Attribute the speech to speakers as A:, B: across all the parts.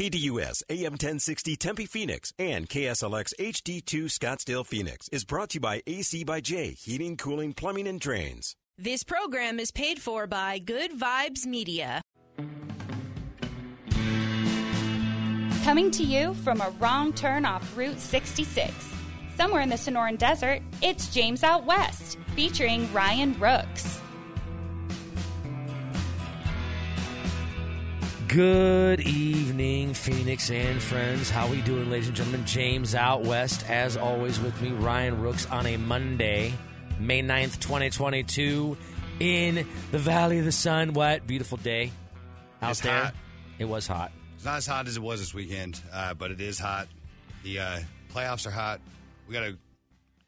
A: KDUS AM 1060 Tempe Phoenix and KSLX HD2 Scottsdale Phoenix is brought to you by AC by J Heating, Cooling, Plumbing, and Drains.
B: This program is paid for by Good Vibes Media.
C: Coming to you from a wrong turn off Route 66. Somewhere in the Sonoran Desert, it's James Out West, featuring Ryan Rooks.
D: Good evening, Phoenix and friends. How we doing, ladies and gentlemen? James out west, as always, with me, Ryan Rooks, on a Monday, May 9th, 2022, in the Valley of the Sun. What beautiful day out
E: It's
D: there.
E: hot.
D: It was hot.
E: It's not as hot as it was this weekend, uh, but it is hot. The uh, playoffs are hot. We got a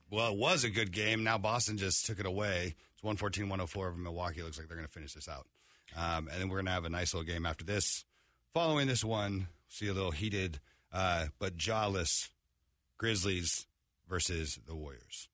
E: well, it was a good game. Now Boston just took it away. It's 114-104 over Milwaukee. Looks like they're going to finish this out, um, and then we're going to have a nice little game after this. Following this one, see a little heated uh, but jawless Grizzlies versus the Warriors.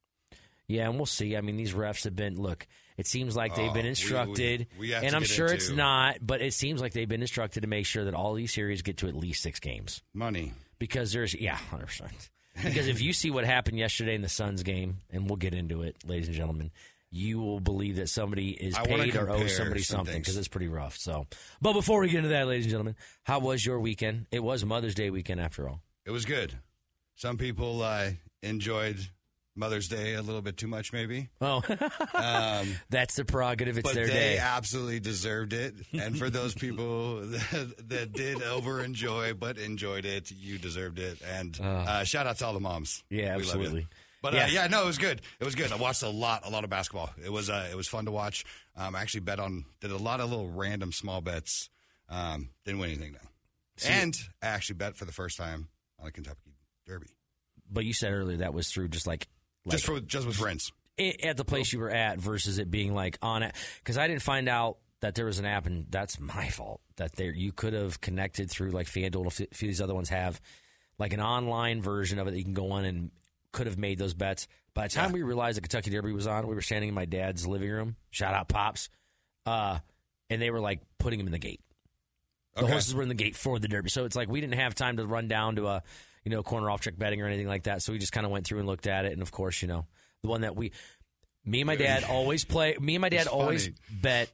D: Yeah, and we'll see. I mean, these refs have been look. It seems like
E: Oh,
D: they've
E: we-
D: been
E: we-
D: instructed,
E: we have
D: and
E: to
D: I'm
E: get
D: sure it's
E: into-
D: not, but it seems like they've been instructed to make sure that all these series get to at least six games
E: Money.
D: because there's yeah, hundred percent. Because if you see what happened yesterday in the Suns game, and we'll get into it, ladies and gentlemen, you will believe that somebody is
E: I wanna
D: paid or
E: compare
D: owes somebody
E: some
D: something
E: things.
D: because it's pretty rough. So, but before we get into that, ladies and gentlemen, how was your weekend? It was Mother's Day weekend after all.
E: It was good. Some people uh, enjoyed Mother's Day a little bit too much, maybe.
D: Oh,
E: Um,
D: that's the prerogative. It's
E: but
D: their
E: they
D: day.
E: absolutely deserved it. And for those people that, that did over enjoy but enjoyed it, you deserved it. And uh, shout out to all the moms.
D: Yeah,
E: We love you.
D: absolutely.
E: But
D: Yeah.
E: Uh, yeah, no, it was good. It was good. I watched a lot, a lot of basketball. It was uh, it was fun to watch. Um, I actually bet on did a lot of little random small bets. Um, didn't win anything though. and I actually bet for the first time on a Kentucky Derby.
D: But you said earlier that was through just like, like
E: just for just with friends.
D: it, at the place you were at versus it being like on it because I didn't find out that there was an app, and that's my fault. That there you could have connected through like FanDuel. and A few- few of these other ones have like an online version of it that you can go on and could have made those bets. By the time we realized the Kentucky Derby was on, we were standing in my dad's living room. Shout out pops, uh, and they were like putting him in the gate. The
E: Okay.
D: horses were in the gate for the Derby. So it's like we didn't have time to run down to a, you know, corner off trick betting or anything like that. So we just kind of went through and looked at it. And of course, you know, the one that we, me and my dad always play, me and my dad
E: It's
D: always
E: funny.
D: bet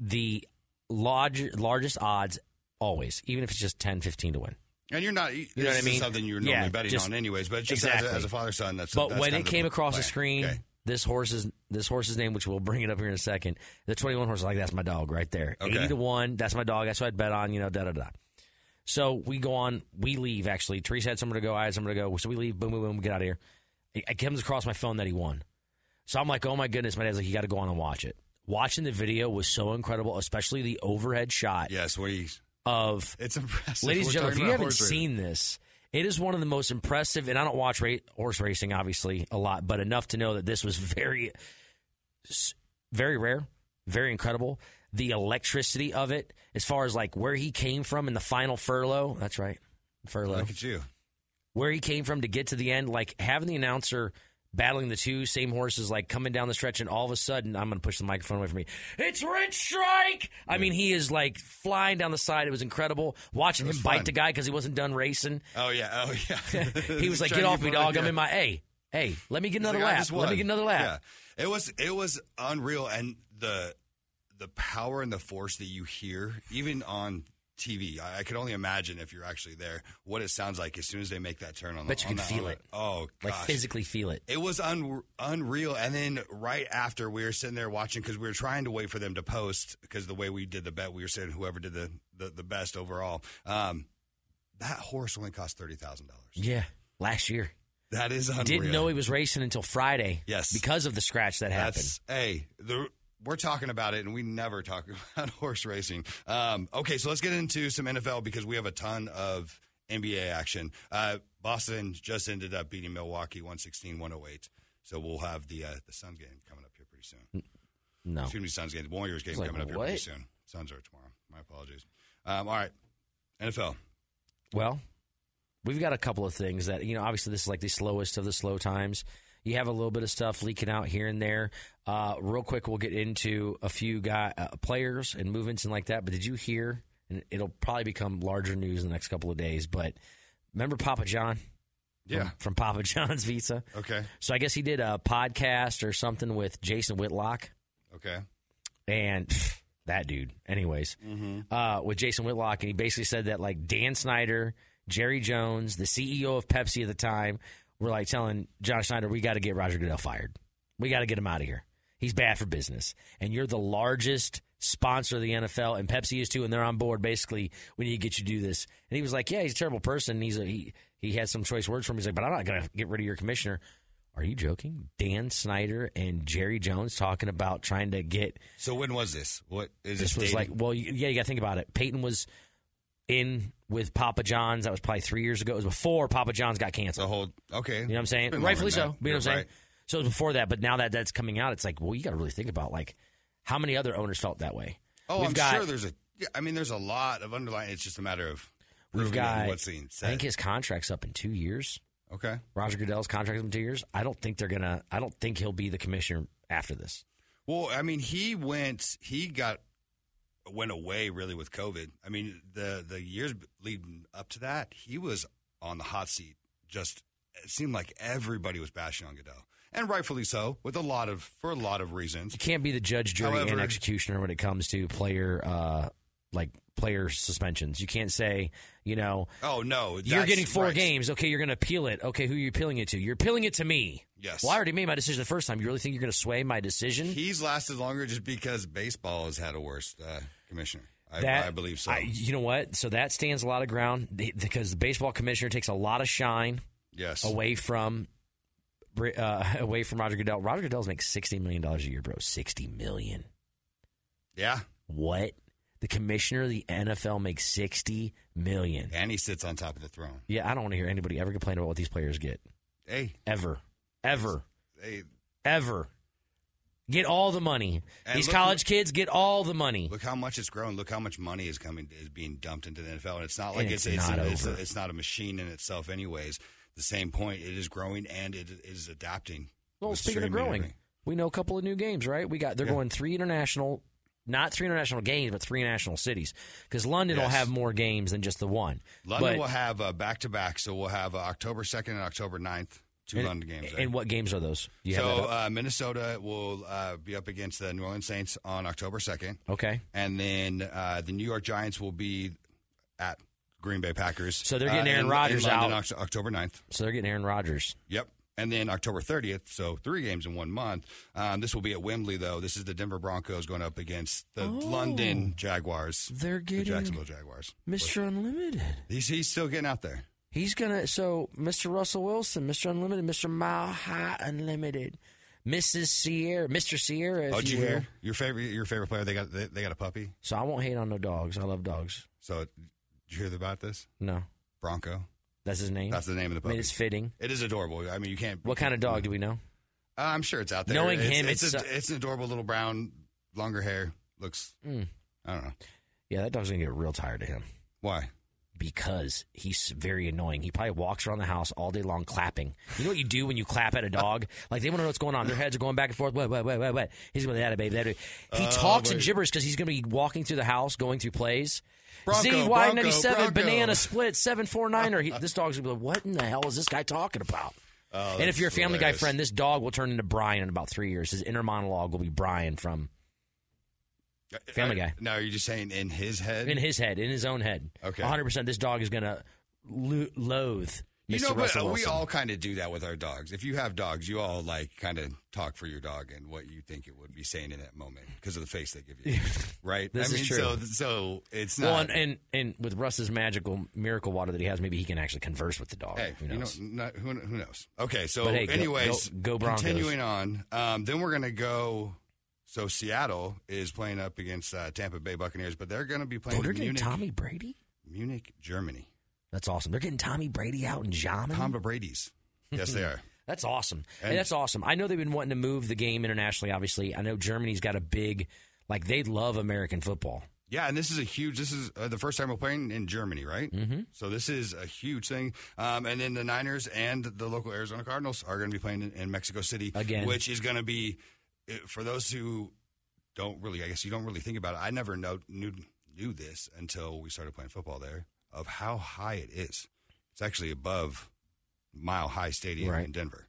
D: the large, largest odds always, even if it's just 10, 15 to win.
E: And you're not, you
D: know what I mean?
E: Something you're
D: Yeah,
E: normally betting
D: just-
E: on, anyways. But just
D: exactly.
E: as, a, as a father-son, that's.
D: But
E: that's
D: when
E: kind
D: it
E: of
D: came across the
E: plan.
D: screen,
E: Okay.
D: this horse's this horse's name, which we'll bring it up here in a second, the twenty one horse, like that's my dog right there,
E: Okay.
D: eighty to one, that's my dog, that's what I'd bet on, you know, da da da. So we go on, we leave. Actually, Teresa had somewhere to go, I had somewhere to go, so we leave. Boom, boom, boom, get out of here. It, it comes across my phone that he won, so I'm like, oh my goodness, my dad's like, you got to go on and watch it. Watching the video was so incredible, especially the overhead shot
E: yes, we.
D: of
E: It's impressive.
D: Ladies and
E: We're
D: gentlemen, if
E: talking
D: you
E: about
D: haven't
E: horse racing.
D: seen this, it is one of the most impressive, and I don't watch ra- horse racing, obviously, a lot, but enough to know that this was very, s- very rare, very incredible. The electricity of it, as far as like where he came from in the final furlough, that's right, furlough,
E: look at you.
D: where he came from to get to the end, like having the announcer battling the two same horses, like coming down the stretch, and all of a sudden, I'm going to push the microphone away from me. It's Rich Strike. I mean, he is like flying down the side. It was incredible watching him
E: was
D: bite
E: fun.
D: the guy because he wasn't done racing.
E: Oh yeah, oh yeah.
D: He was like, "Get off me, dog! I'm in my hey, hey. Let me get another lap. Let me get another lap."
E: Yeah. It was it was unreal, and the the power and the force that you hear, even on TV, I, I could only imagine if you're actually there what it sounds like as soon as they make that turn on. the-
D: Bet you
E: on
D: could
E: the- on
D: feel
E: the-
D: it.
E: Oh,
D: Like
E: gosh.
D: physically feel it.
E: It was un- unreal. And then right after we were sitting there watching because we were trying to wait for them to post because the way we did the bet, we were saying whoever did the, the, the best overall. Um, that horse only cost thirty thousand dollars.
D: Yeah, last year
E: That is unreal.
D: didn't know he was racing until Friday.
E: Yes.
D: because of the scratch that happened.
E: That's hey, the, we're talking about it, and we never talk about horse racing. Um, okay, so let's get into some NFL because we have a ton of NBA action. Uh, Boston just ended up beating Milwaukee 116-108. So we'll have the uh, the Suns game coming up here pretty soon.
D: No,
E: Excuse me, Suns game. The Warriors game
D: Oh. like,
E: coming up here pretty
D: what?
E: soon. Suns are tomorrow. My apologies. Um, all right, NFL.
D: Well, we've got a couple of things that, you know, obviously this is like the slowest of the slow times. You have a little bit of stuff leaking out here and there. Uh, real quick, we'll get into a few guy uh, players and movements and like that. But did you hear? and it'll probably become larger news in the next couple of days. But remember Papa John?
E: Yeah.
D: From, from Papa John's Pizza.
E: Okay.
D: So I guess he did a podcast or something with Jason Whitlock
E: Okay.
D: and pff, that dude. Anyways, uh, with Jason Whitlock, and he basically said that like Dan Snyder, Jerry Jones, the CEO of Pepsi at the time, were like telling John Snyder, "We got to get Roger Goodell fired. We got to get him out of here. He's bad for business, and you're the largest." Sponsor of the NFL and Pepsi is too, and they're on board. Basically, we need to get you to do this. And he was like, "Yeah, he's a terrible person. He's a, he he had some choice words for me. He's like, but I'm not going to get rid of your commissioner. Are you joking? Dan Snyder and Jerry Jones talking about trying to get
E: So when was this? What is
D: this was like,
E: dated?
D: well, you, yeah, you got to think about it. Peyton was in with Papa John's. That was probably three years ago. It was before Papa John's got
E: the
D: canceled.
E: whole okay.
D: You know what I'm saying? Rightfully so. You know what I'm saying? So it was before that, but now that that's coming out, it's like, well, you got to really think about like how many other owners felt that way.
E: Oh,
D: We've
E: I'm
D: got-
E: sure there's a. yeah, I mean, there's a lot of underlying. It's just a matter of
D: We've
E: proving it and
D: got.
E: what's being
D: I
E: said.
D: think his contract's up in two years.
E: okay.
D: Roger Goodell's contract's up in two years. I don't think they're gonna. I don't think he'll be the commissioner after this.
E: Well, I mean, he went. He got went away really with COVID. I mean, the the years leading up to that, he was on the hot seat. Just it seemed like everybody was bashing on Goodell, and rightfully so, with a lot of for a lot of reasons.
D: You can't be the judge, jury, and
E: However-
D: executioner when it comes to player, uh, like player suspensions. You can't say, you know,
E: Oh no,
D: you're
E: that's
D: getting four
E: right.
D: games. Okay, you're going to appeal it. Okay, who are you appealing it to? You're appealing it to me.
E: Yes.
D: Well, I already made my decision the first time. You really think you're going to sway my decision?
E: He's lasted longer just because baseball has had a worse uh, commissioner. I, I believe so.
D: I- you know what? So that stands a lot of ground th- because the baseball commissioner takes a lot of shine
E: yes.
D: away from. Uh, away from Roger Goodell. Roger Goodell's makes sixty million dollars a year, bro. Sixty million.
E: Yeah.
D: What? The commissioner of the NFL makes sixty million.
E: And he sits on top of the throne.
D: Yeah, I don't want to hear anybody ever complain about what these players get.
E: Hey,
D: Ever. Ever.
E: hey,
D: ever. Get all the money.
E: And
D: These
E: look-
D: college kids get all the money.
E: look how much it's grown. Look how much money is coming is being dumped into the NFL. And it's not like
D: And
E: it's
D: it's
E: it's,
D: not
E: it's, it's,
D: over.
E: not a machine in itself, anyways. The same point, it is growing and it is adapting.
D: well,
E: with
D: speaking of
E: streaming and
D: growing,
E: everything.
D: we know a couple of new games, right? We got they're
E: Yeah.
D: going three international, not three international games, but three international cities because London will
E: Yes.
D: have more games than just the one.
E: London
D: But-
E: will have uh, back-to-back, so we'll have uh, October 2nd and October 9th, two
D: and,
E: London games. there.
D: And what games are those? Do you have
E: so
D: that up?
E: uh, Minnesota will uh, be up against the New Orleans Saints on October 2nd.
D: okay.
E: and then uh, the New York Giants will be at Green Bay Packers.
D: So they're getting
E: uh,
D: Aaron
E: in-
D: Rodgers
E: in London,
D: out.
E: Oct- October 9th.
D: So they're getting Aaron Rodgers.
E: Yep. And then October 30th, so three games in one month. Um, this will be at Wembley, though. This is the Denver Broncos going up against
D: Oh.
E: the London Jaguars,
D: They're
E: the
D: getting
E: Jacksonville Jaguars.
D: Mr. Unlimited.
E: He's, he's still getting out there.
D: He's gonna so Mr. Russell Wilson, Mr. Unlimited, Mr. Mile High Unlimited, Mrs. Sierra, Mr. Sierra. If
E: oh, did you
D: will.
E: hear your favorite your favorite player? They got they, they got a puppy.
D: So I won't hate on no dogs. I love dogs.
E: So did you hear about this
D: No,
E: Bronco?
D: that's his name.
E: That's the name of
D: I
E: the
D: mean,
E: puppy.
D: it's fitting.
E: It is adorable. I mean, you can't.
D: What kind of dog do we know?
E: Uh, I'm sure it's out there.
D: Knowing
E: it's,
D: him,
E: it's,
D: it's
E: a-
D: so-
E: it's an adorable little brown, longer hair. Looks,
D: Mm.
E: I don't know
D: Yeah, that dog's gonna get real tired of him
E: why.
D: because he's very annoying. He probably walks around the house all day long clapping. You know what you do when you clap at a dog? Like they want to know what's going on. Their heads are going back and forth. What? What? What? What? What? He's going to that baby. That baby. He
E: Oh,
D: talks in
E: wait.
D: gibberish because he's going to be walking through the house, going through plays.
E: Bronco,
D: ZY
E: Bronco,
D: ninety seven
E: Bronco.
D: banana split seven four nine. Or this dog's going to be like, what in the hell is this guy talking about?
E: Oh,
D: and if
E: that's
D: you're a Family Guy
E: hilarious.
D: friend, this dog will turn into Brian in about three years. His inner monologue will be Brian from Family
E: I-
D: Guy.
E: Uh, No, you're just saying in his head.
D: in his head, in his own head.
E: Okay.
D: 100. percent This dog is gonna lo- loathe.
E: you
D: Mr.
E: know, but
D: Russell
E: uh, we
D: Wilson.
E: all kind of do that with our dogs. If you have dogs, you all like kind of talk for your dog and what you think it would be saying in that moment because of the face they give you, right?
D: This
E: I
D: is
E: mean,
D: true.
E: So, so it's not.
D: Well, and, and and with Russ's magical miracle water that he has, maybe he can actually converse with the dog.
E: Hey,
D: Who
E: you know,
D: knows?
E: not- who, who knows? Okay, so
D: But hey, go-
E: anyways,
D: go- go Broncos.
E: continuing on, um, then we're going to go. So Seattle is playing up against uh, Tampa Bay Buccaneers, but they're going to be
D: oh,
E: playing
D: they're
E: in
D: getting
E: Munich,
D: Tommy Brady.
E: Munich, Germany.
D: That's awesome. They're getting Tommy Brady out in Jamin.
E: Tom Brady's. Yes, they are.
D: That's awesome. Hey,
E: And-
D: that's awesome. I know they've been wanting to move the game internationally. Obviously, I know Germany's got a big, like they love American football.
E: Yeah, and this is a huge. This is uh, the first time we're playing in Germany, right? Mm-hmm. So this is a huge thing. Um, and then the Niners and the local Arizona Cardinals are going to be playing in, in Mexico City
D: Again.
E: which is eh, going to be uh, for those who don't really. I guess you don't really think about it. I never know, knew knew this until we started playing football there of how high it is. It's actually above Mile High Stadium
D: Right.
E: in Denver.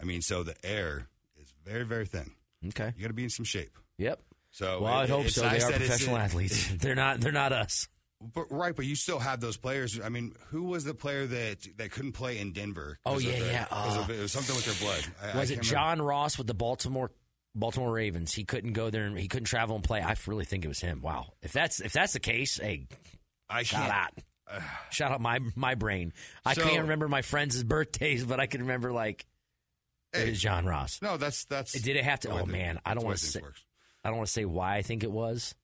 E: I mean, so the air is very, very thin.
D: Okay.
E: You got to be in some shape.
D: Yep.
E: So
D: well, I
E: Oh, it-
D: hope
E: it's
D: so.
E: nice
D: they are
E: that it's-
D: professional athletes. they're not. They're not us.
E: But, right, but you still have those players. I mean, who was the player that that couldn't play in Denver? 'cause
D: Oh,
E: of
D: yeah,
E: the-
D: yeah,
E: 'cause
D: uh,
E: of- it was something with their blood. I- I
D: was it
E: can't
D: John
E: remember.
D: Ross with the Baltimore Baltimore Ravens? He couldn't go there and he couldn't travel and play. I really think it was him. Wow. If that's if that's the case, hey,
E: I
D: shout
E: can't.
D: out. Shout out my my brain. I
E: So-
D: can't remember my friends' birthdays, but I can remember like it
E: Hey,
D: is John Ross.
E: no, that's that's.
D: Did it have to?
E: the way
D: Oh
E: that-
D: man, I don't
E: that's the way
D: want to
E: things
D: say.
E: works.
D: I don't want to say why I think it was.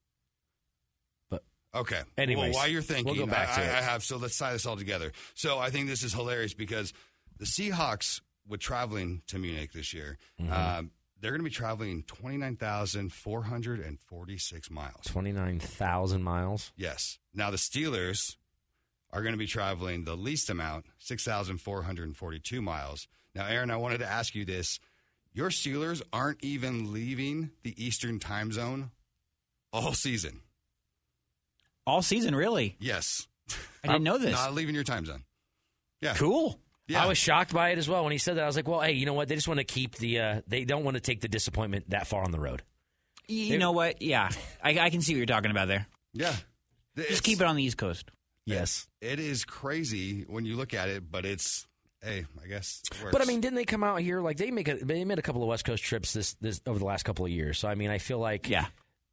E: Okay.
D: Anyways,
E: well, while you're
D: we'll
E: thinking,
D: go back
E: I,
D: to
E: I-
D: it.
E: I have. So let's tie this all together. So I think this is hilarious because the Seahawks, with traveling to Munich this year,
D: Mm-hmm.
E: um, they're going to be traveling twenty nine thousand four hundred and forty six miles.
D: Twenty nine thousand miles.
E: Yes. Now the Steelers are going to be traveling the least amount, 6,442 miles. Now, Aaron, I wanted to ask you this. Your Steelers aren't even leaving the Eastern time zone all season.
F: All season, really?
E: Yes.
F: I didn't know this.
E: Not leaving your time zone. Yeah.
F: Cool.
E: Yeah.
D: I was shocked by it as well when he said that. I was like, well, hey, you know what? They just want to keep the. Uh, they don't want to take the disappointment that far on the road.
F: Y- You know what? Yeah, I, I can see what you're talking about there.
E: yeah.
F: Just keep it on the East Coast.
D: Yes.
E: It is crazy when you look at it, but it's, hey, I guess it works.
D: But I mean, didn't they come out here like they make a they made a couple of West Coast trips this this over the last couple of years? So I mean, I feel like
F: Yeah.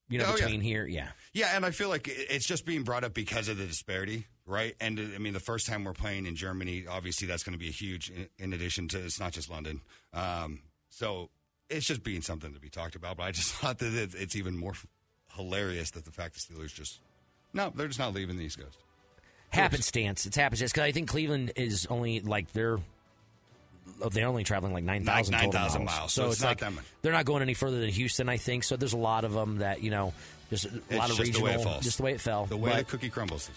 D: you know
E: Oh, yeah.
D: between here, yeah,
E: Yeah, and I feel like it- it's just being brought up because of the disparity, right? And uh, I mean, the first time we're playing in Germany, obviously that's going to be a huge. in- In addition to, it's not just London, um, so it's just being something to be talked about. But I just thought that it- it's even more f- hilarious that the fact the Steelers just no, they're just not leaving the East Coast.
D: happenstance. It's happenstance because I think Cleveland is only like they're oh, they're only traveling like nine thousand
E: 9,000 miles, so
D: So,
E: it's
D: it's
E: not
D: like
E: that much.
D: they're not going any further than Houston, I think. So there's a lot of them that you know. Just a lot of
E: just the
D: regional,
E: way it falls.
D: just the way it fell.
E: The way
D: But-
E: the cookie crumbles.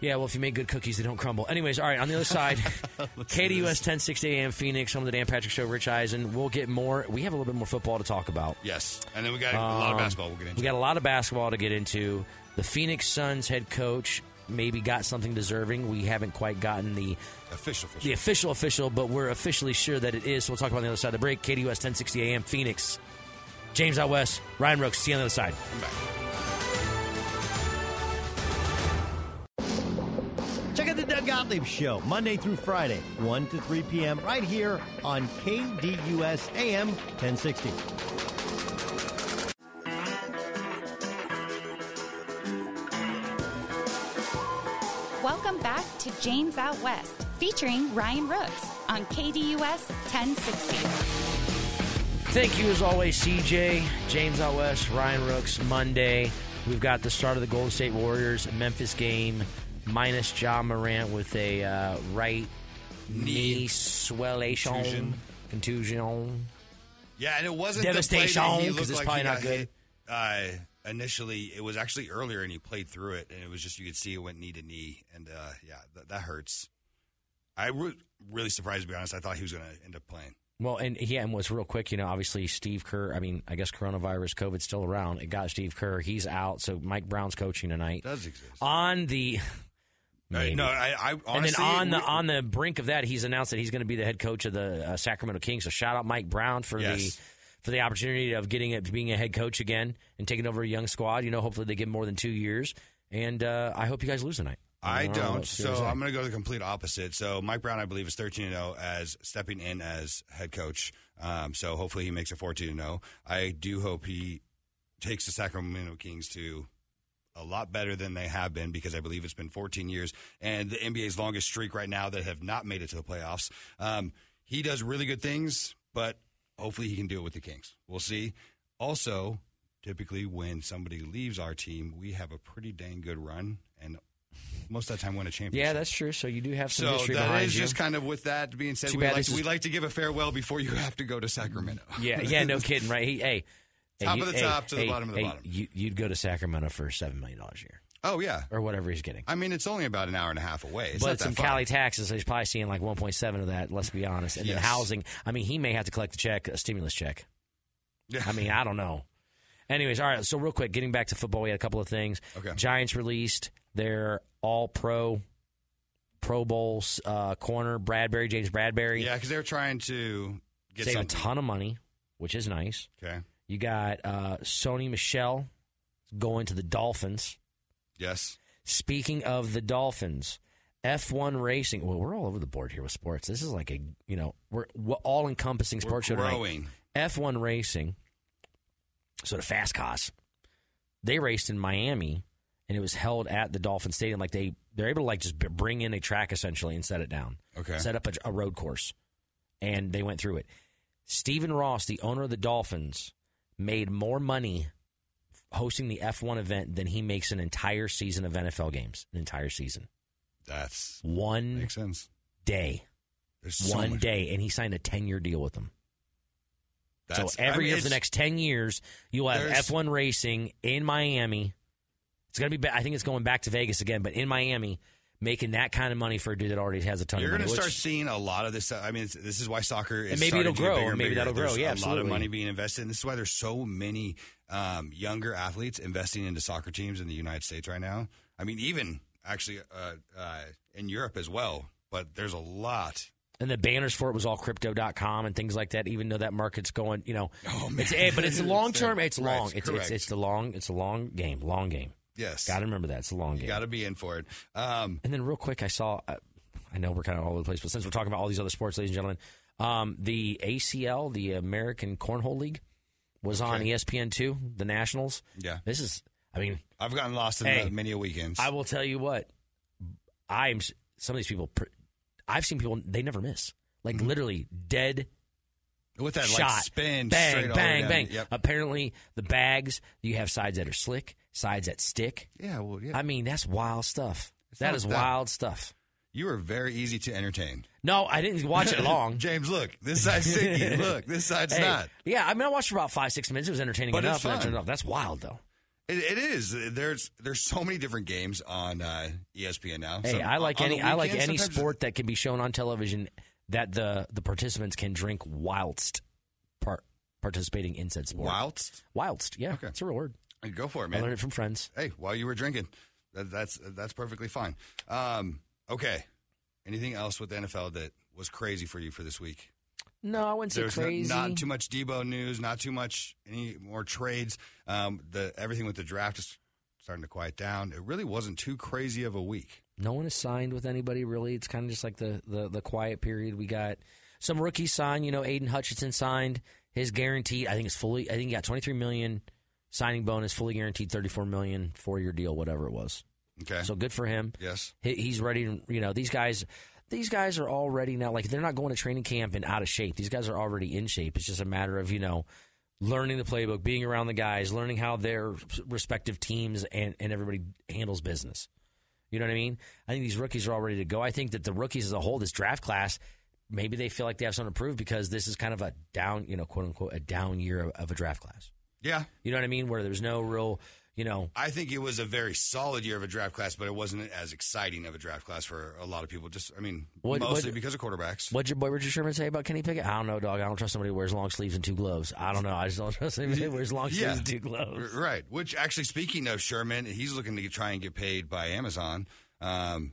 D: Yeah, well, if you make good cookies, they don't crumble. Anyways, all right, on the other side, KDUS 1060 AM Phoenix, home of the Dan Patrick Show, Rich Eisen. We'll get more. We have a little bit more football to talk about.
E: Yes, and then we got a lot of basketball. We'll get into.
D: Um, We got a lot of basketball to get into. The Phoenix Suns head coach maybe got something deserving. We haven't quite gotten the,
E: official, official.
D: the official official, but we're officially sure that it is. So we'll talk about it on the other side of the break. KDUS 1060 AM Phoenix. James Out West, Ryan Rooks. See you on the other side.
E: I'm back.
G: Check out the Doug Gottlieb Show, Monday through Friday, 1 to 3 p.m., right here on KDUS AM 1060.
C: Welcome back to James Out West, featuring Ryan Rooks on KDUS 1060.
D: Thank you as always, CJ, James Out West, Ryan Rooks. Monday, we've got the start of the Golden State Warriors Memphis game, minus John Morant with a uh, right knee, swellation,
E: Contusion.
D: contusion.
E: Yeah, and it wasn't
D: Devastation,
E: the play that he
D: 'cause
E: looked
D: it's
E: like
D: probably
E: he
D: not
E: got
D: good.
E: hit, uh, initially, it was actually earlier, and he played through it, and it was just you could see it went knee to knee, and uh, yeah, th- that hurts. I was really surprised to be honest. I thought he was going to end up playing.
D: Well, and yeah, and what's real quick, you know, obviously Steve Kerr. I mean, I guess coronavirus, COVID's still around. It got Steve Kerr. He's out. So Mike Brown's coaching tonight.
E: does exist?
D: On the. Maybe.
E: Uh, no, I, I honestly,
D: and then on the
E: we-
D: on the brink of that, he's announced that he's going to be the head coach of the uh, Sacramento Kings. So shout out Mike Brown for
E: Yes.
D: the for the opportunity of getting it being a head coach again and taking over a young squad. You know, hopefully they give more than two years. And uh, I hope you guys lose tonight.
E: Oh, I
D: Uh,
E: don't.
D: let's see what
E: So
D: I say.
E: I'm going to go the complete opposite. So Mike Brown, I believe, is 13 and 0 as stepping in as head coach. Um, so hopefully he makes it 14 and 0. I do hope he takes the Sacramento Kings to a lot better than they have been because I believe it's been 14 years and the NBA's longest streak right now that have not made it to the playoffs. Um, he does really good things, but hopefully he can do it with the Kings. We'll see. Also, typically when somebody leaves our team, we have a pretty dang good run and most of the time win a championship.
D: yeah, that's true. So you do have some
E: so
D: history
E: that
D: behind
E: is
D: you.
E: just kind of with that being said,
D: Too
E: we
D: bad
E: like,
D: this is-
E: we like to give a farewell before you have to go to Sacramento.
D: yeah, yeah, no kidding, right? He, hey, hey,
E: Top
D: you-
E: of the
D: hey,
E: top to the
D: hey,
E: bottom of the
D: hey,
E: bottom.
D: You, you'd go to Sacramento for seven million dollars a year
E: Oh yeah,
D: or whatever he's getting.
E: I mean it's only about an hour and a half away. It's not
D: but
E: that
D: some
E: far.
D: Cali taxes, he's probably seeing like 1.7 of that. Let's be honest. And
E: Yes.
D: then housing. I mean, he may have to collect the check, a stimulus check.
E: Yeah.
D: I mean, I don't know. Anyways, all right. So real quick, getting back to football, we had a couple of things.
E: Okay.
D: Giants released their All Pro, Pro Bowl uh, corner Bradbury, James Bradbury.
E: Yeah, because they were trying to get
D: save
E: something.
D: a ton of money, which is nice.
E: Okay.
D: You got uh, Sony Michelle going to the Dolphins.
E: Yes.
D: Speaking of the Dolphins, F1 racing. Well, we're all over the board here with sports. This is like a you know we're, we all encompassing
E: We're
D: sports show tonight.
E: growing.
D: F1 racing. So the Fast Cos, they raced in Miami, and it was held at the Dolphin Stadium. Like they they're able to like just b- bring in a track essentially and set it down,
E: Okay.
D: set up a, a road course, and they went through it. Stephen Ross, the owner of the Dolphins, made more money hosting the F1 event than he makes an entire season of NFL games, an entire season,
E: That's
D: one
E: makes sense.
D: day,
E: There's so
D: Mm. one
E: much-
D: day, and he signed a ten year deal with them so
E: That's- I
D: every
E: mean,
D: year for the
E: it's-
D: next ten years, you'll have
E: There's-
D: F one racing in Miami. It's gonna be. ba- I think it's going back to Vegas again, but in Miami, making that kind of money for a dude that already has a ton
E: You're
D: of
E: going
D: money.
E: to start
D: which-
E: seeing a lot of this. stuff. I mean, it's, this is why soccer is
D: And maybe
E: starting
D: it'll
E: to get
D: grow,
E: bigger
D: and maybe
E: bigger.
D: that'll grow.
E: There's
D: Yeah,
E: a lot of
D: absolutely.
E: money being invested, and this is why there's so many um, younger athletes investing into soccer teams in the United States right now. I mean, even actually uh, uh, in Europe as well. But there's a lot.
D: and the banners for it was all crypto.com and things like that. Even though that market's going, you know,
E: Oh,
D: it's eh, but it's long term. It's
E: uh, Right,
D: long. It's, it's
E: correct.
D: it's the long. It's a long game. Long game.
E: Yes,
D: Got to remember that. It's a long
E: you
D: game.
E: got to be in for it. Um,
D: And then real quick, I saw. I, I know we're kind of all over the place, but since we're talking about all these other sports, ladies and gentlemen, um, the ACL, the American Cornhole League, was on E
E: Okay.
D: ESPN two. The Nationals.
E: Yeah.
D: This is. I mean,
E: I've gotten lost in
D: Hey,
E: the many a weekends.
D: I will tell you what. I'm s- some of these people. pr- I've seen people they never miss. Like
E: Mm-hmm.
D: literally dead
E: With that
D: shot,
E: like spin, straight
D: bang,
E: all the way
D: bang,
E: down.
D: bang. Uh,
E: Yep.
D: Apparently, the bags you have sides that are slick, sides that stick.
E: Yeah, well, yeah.
D: I mean, that's wild stuff.
E: It's
D: That
E: not
D: is
E: that-
D: wild stuff.
E: you are very easy to entertain.
D: No, I didn't watch it long.
E: James, look, this side's sticky. look, this side's
D: Hey,
E: not.
D: Yeah, I mean, I watched for about five, six minutes. It was entertaining
E: But
D: enough.
E: it's
D: and I
E: fun.
D: turned it off. That's wild, though.
E: It, it is. There's there's so many different games on uh, ESPN now.
D: Hey,
E: So
D: I like
E: on the
D: any I like
E: weekends,
D: any
E: sometimes-
D: sport that can be shown on television that the the participants can drink whilst par- participating in said sport.
E: Whilst
D: Whilst, yeah,
E: Okay.
D: it's a real word.
E: go for it,
D: I learned
E: man.
D: it from friends.
E: Hey, while you were drinking, that, that's that's perfectly fine. Um, okay. Anything else with the NFL that was crazy for you for this week?
D: No, I wouldn't say
E: There's no-
D: crazy.
E: not too much Debo news, not too much any more trades. Um, the everything with the draft is starting to quiet down. It really wasn't too crazy of a week.
D: no one is signed with anybody really. It's kind of just like the, the the quiet period. We got some rookies signed. You know, Aiden Hutchinson signed his guaranteed. I think it's fully. I think he got twenty three million signing bonus, fully guaranteed thirty four million four year deal, whatever it was.
E: Okay.
D: So good for him.
E: yes.
D: He, he's ready. To, you know, these guys. These guys are all ready now. Like they're not going to training camp and out of shape. These guys are already in shape. It's just a matter of you know learning the playbook, being around the guys, learning how their respective teams and, and everybody handles business. You know what I mean? I think these rookies are all ready to go. I think that the rookies as a whole, this draft class, maybe they feel like they have something to prove because this is kind of a down, you know, quote unquote, a down year of, of a draft class.
E: Yeah.
D: You know what I mean? Where there's no real, you know,
E: I think it was a very solid year of a draft class, but it wasn't as exciting of a draft class for a lot of people. Just, I mean,
D: What-
E: mostly
D: what-
E: because of quarterbacks.
D: What'd your boy Richard Sherman say about Kenny Pickett? I don't know, dog. I don't trust somebody who wears long sleeves and two gloves. I don't know. I just don't trust anybody who wears long
E: Yeah.
D: sleeves and two
E: R-
D: gloves.
E: Right. Which, actually, speaking of Sherman, he's looking to get- try and get paid by Amazon um,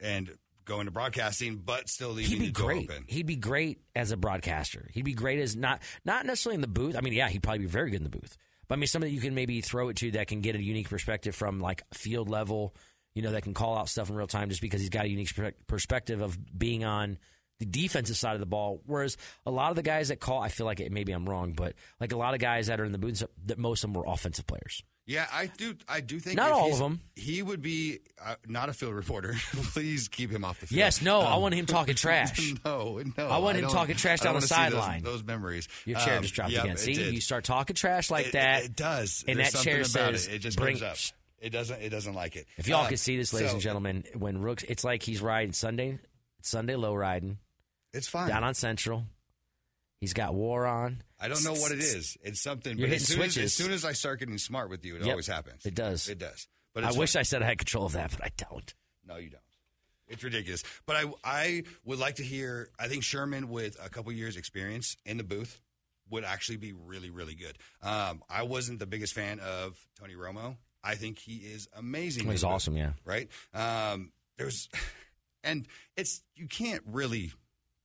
E: and go into broadcasting, but still leaving
D: He'd be
E: the door
D: great.
E: open.
D: He'd be great as a broadcaster. He'd be great as not not necessarily in the booth. I mean, yeah, he'd probably be very good in the booth. But I mean, somebody you can maybe throw it to that can get a unique perspective from like field level. You know, that can call out stuff in real time just because he's got a unique spe- perspective of being on the defensive side of the ball. Whereas a lot of the guys that call, I feel like it, maybe I'm wrong, but like a lot of guys that are in the booth, that most of them were offensive players.
E: Yeah, I do. I do think
D: Not
E: if
D: all
E: he's-
D: of 'em.
E: He would be uh, not a field reporter. Please keep him off the field. Um,
D: Yes, no, I want him talking trash.
E: No, no.
D: I want him
E: don't-
D: talking trash
E: I
D: down
E: don't
D: the
E: wanna see those-
D: sideline.
E: Those, memories.
D: Your chair
E: Um,
D: just dropped
E: yep,
D: again.
E: it
D: See,
E: did.
D: you start talking trash like
E: it,
D: that.
E: It, does.
D: and
E: There's
D: that chair
E: something about
D: says,
E: it. It just
D: bring-
E: brings up. It doesn't. It doesn't like it.
D: If y'all
E: Uh,
D: can see this, ladies
E: so,
D: and gentlemen, when Rooks, it's like he's riding Sunday, Sunday low riding
E: it's fine.
D: down on Central. He's got war on.
E: I don't know what it is. It's something.
D: You're
E: but
D: hitting
E: as soon As,
D: switches.
E: as soon as I start getting smart with you, it
D: Yep.
E: always happens.
D: It does.
E: It does. But
D: I
E: it's
D: wish
E: fine.
D: I said I had control of that, but I don't.
E: No, you don't. It's ridiculous. But I, I would like to hear. I think Sherman with a couple years experience in the booth would actually be really, really good. Um, I wasn't the biggest fan of Tony Romo. I think he is amazing.
D: He's awesome, yeah.
E: Right? Um, there's, and it's, you can't really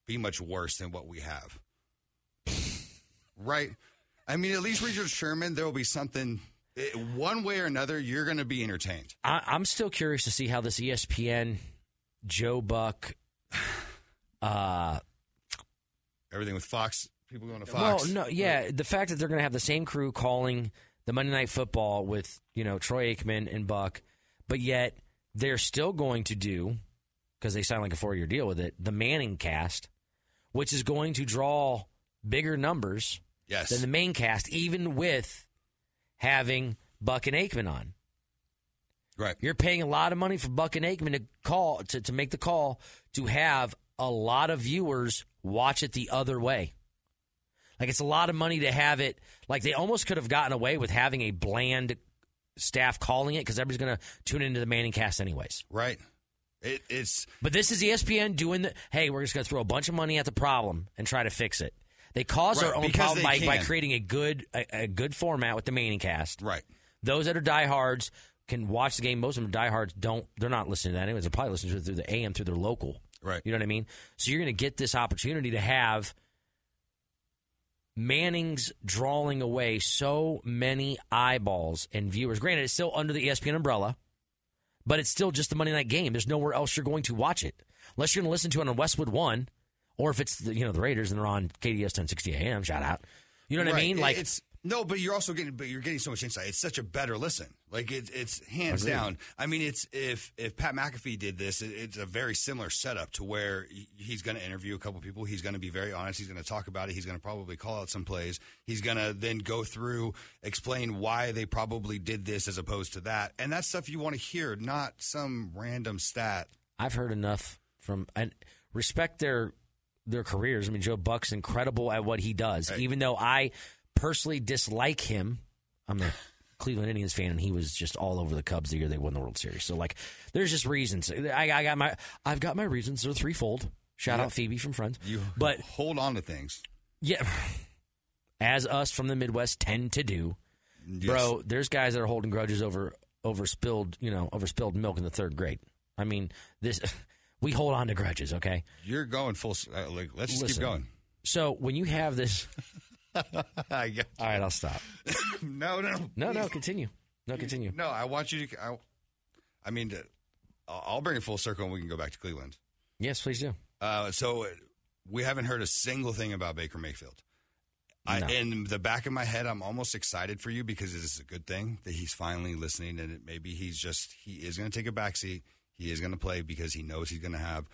E: be much worse than what we have. right? I mean, at least Richard Sherman, there will be something, eh, one way or another, you're going to be entertained.
D: I, I'm still curious to see how this
E: E
D: ESPN Joe Buck. Uh,
E: Everything with Fox, people going to Fox.
D: Well, no, yeah, the fact that they're going to have the same crew calling the Monday Night Football with you know Troy Aikman and Buck, but yet they're still going to do because they signed like a four-year deal with it the Manning cast, which is going to draw bigger numbers
E: Yes.
D: than the main cast, even with having Buck and Aikman on.
E: right.
D: You're paying a lot of money for Buck and Aikman to call to, to make the call to have a lot of viewers watch it the other way. Like it's a lot of money to have it. Like they almost could have gotten away with having a bland staff calling it because everybody's going to tune into the Manning cast anyways.
E: Right. It, it's
D: But this is E ESPN doing the hey, we're just going to throw a bunch of money at the problem and try to fix it. They cause their
E: Right,
D: own
E: because
D: problem by,
E: they
D: by
E: can.
D: creating a good a, a good format with the Manning cast.
E: right.
D: Those that are diehards can watch the game. Most of them are diehards don't. They're not listening to that anyways. They're probably listening to it through the AM through their local.
E: Right.
D: You know what I mean? So you're going to get this opportunity to have Manning's drawing away so many eyeballs and viewers. Granted, it's still under the E ESPN umbrella, but it's still just the Monday night game. There's nowhere else you're going to watch it unless you're going to listen to it on Westwood One, or if it's the, you know the Raiders and they're on KDS 1060 AM. Shout out. You know what I
E: Right.
D: mean?
E: It-
D: Like
E: it's no, but you're also getting, but you're getting so much insight. It's such a better listen. Like it's, it's hands
D: Agreed.
E: down. I mean, it's if if Pat McAfee did this, it, it's a very similar setup to where he- he's going to interview a couple people. He's going to be very honest. He's going to talk about it. He's going to probably call out some plays. He's going to then go through explain why they probably did this as opposed to that, and that's stuff you want to hear, not some random stat.
D: I've heard enough from and respect their their careers. I mean, Joe Buck's incredible at what he does.
E: Hey.
D: Even though I personally dislike him, I'm a Cleveland Indians fan, and he was just all over the Cubs the year they won the World Series. So like, there's just reasons. I, I got my I've got my reasons. They're threefold. Shout out Phoebe from Friends.
E: You
D: but
E: hold on to things,
D: yeah, as us from the Midwest tend to do, bro. There's guys that are holding grudges over over spilled, you know, over spilled milk in the third grade. I mean, this we hold on to grudges, okay?
E: You're going full. s- Uh, like let's just
D: Listen.
E: keep going.
D: So when you have this,
E: I got-
D: all right, I'll stop.
E: no, no,
D: No, no, continue. No, continue.
E: No, I want you to. I, I mean, to- I'll I'll bring it full circle and we can go back to Cleveland.
D: Yes, please do.
E: Uh, so uh, we haven't heard a single thing about Baker Mayfield. I,
D: No.
E: in the back of my head, I'm almost excited for you because this is a good thing that he's finally listening, and it, maybe he's just he is going to take a backseat. He is going to play because he knows he's going to have.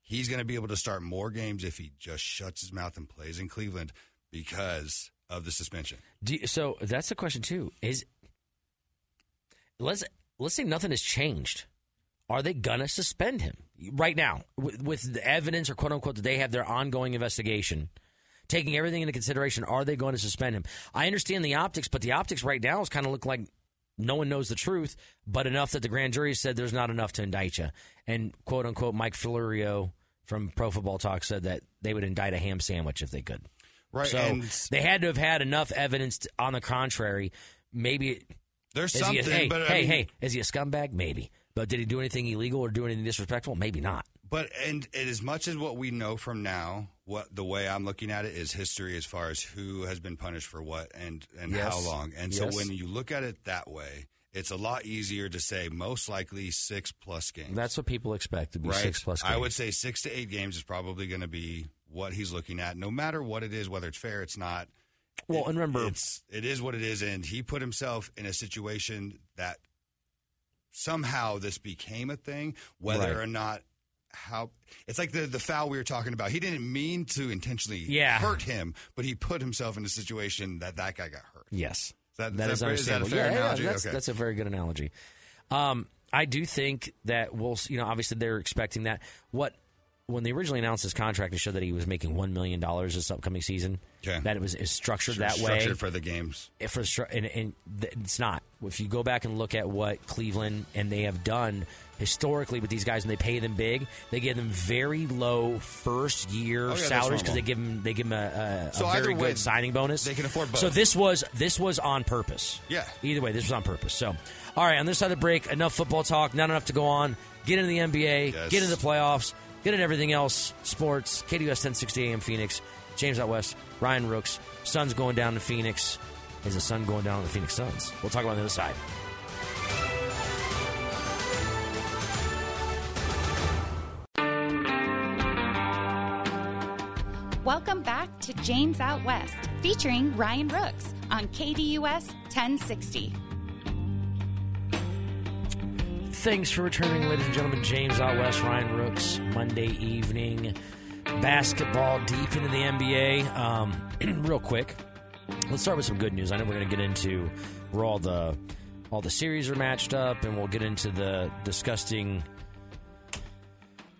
E: He's going to be able to start more games if he just shuts his mouth and plays in Cleveland because of the suspension.
D: do you- so that's the question too. Is let's let's say nothing has changed. Are they gonna suspend him right now with, with the evidence or quote unquote that they have their ongoing investigation? Taking everything into consideration, are they going to suspend him? I understand the optics, but the optics right now is kind of look like no one knows the truth, but enough that the grand jury said there's not enough to indict you. And quote unquote, Mike Florio from Pro Football Talk said that they would indict a ham sandwich if they could.
E: Right,
D: So
E: and-
D: they had to have had enough evidence to, on the contrary. Maybe it-
E: There's
D: is
E: something,
D: he a, hey,
E: but I
D: hey,
E: mean-
D: hey, is he a scumbag? Maybe, but did he do anything illegal or do anything disrespectful? Maybe not.
E: But and, and as much as what we know from now, what the way I'm looking at it is history as far as who has been punished for what and and
D: Yes.
E: how long. And
D: Yes.
E: so when you look at it that way, it's a lot easier to say most likely six plus games.
D: That's what people expect to be
E: right.
D: six plus. Games.
E: I would say six to eight games is probably going to be what he's looking at, no matter what it is, whether it's fair, it's not.
D: Well,
E: It-
D: and remember,
E: it's it is what it is, and he put himself in a situation that somehow this became a thing, whether
D: Right.
E: or not how it's like the the foul we were talking about. He didn't mean to intentionally
D: Yeah.
E: hurt him, but he put himself in a situation that that guy got hurt.
D: yes,
E: That-
D: that
E: that-
D: is
E: is that a
D: understandable.
E: fair
D: yeah, yeah,
E: analogy?
D: that's
E: Okay.
D: that's a very good analogy. Um, I do think that we'll, s- you know, obviously they're expecting that. What when they originally announced his contract, it showed that he was making one million dollars this upcoming season.
E: Okay.
D: That it was, it was structured that way.
E: Structured for the games.
D: If for stru- and, and th- it's not. If you go back and look at what Cleveland and they have done historically with these guys, when they pay them big, they give them very low first year
E: Oh, yeah, that's
D: salaries because they
E: normal.
D: give them they give them a, a,
E: So
D: a very
E: either way,
D: good signing bonus.
E: they can afford both.
D: So this was this was on purpose.
E: Yeah.
D: Either way, this was on purpose. So, all right. On this side of the break, enough football talk. Not enough to go on. Get into the NBA.
E: Yes.
D: Get into the playoffs. Get into everything else. Sports. KDUS 1060 AM Phoenix. James out west. Ryan Rooks. Sun's going down to Phoenix. Is the sun going down to the Phoenix Suns? We'll talk about it on the other side.
C: Welcome back to James Out West, featuring Ryan Rooks on KDUS 1060.
D: Thanks for returning, ladies and gentlemen. James out west. Ryan Rooks. Monday evening. Basketball deep into the NBA. Um, real quick. let's start with some good news. I know we're going to get into where all the all the series are matched up, and we'll get into the disgusting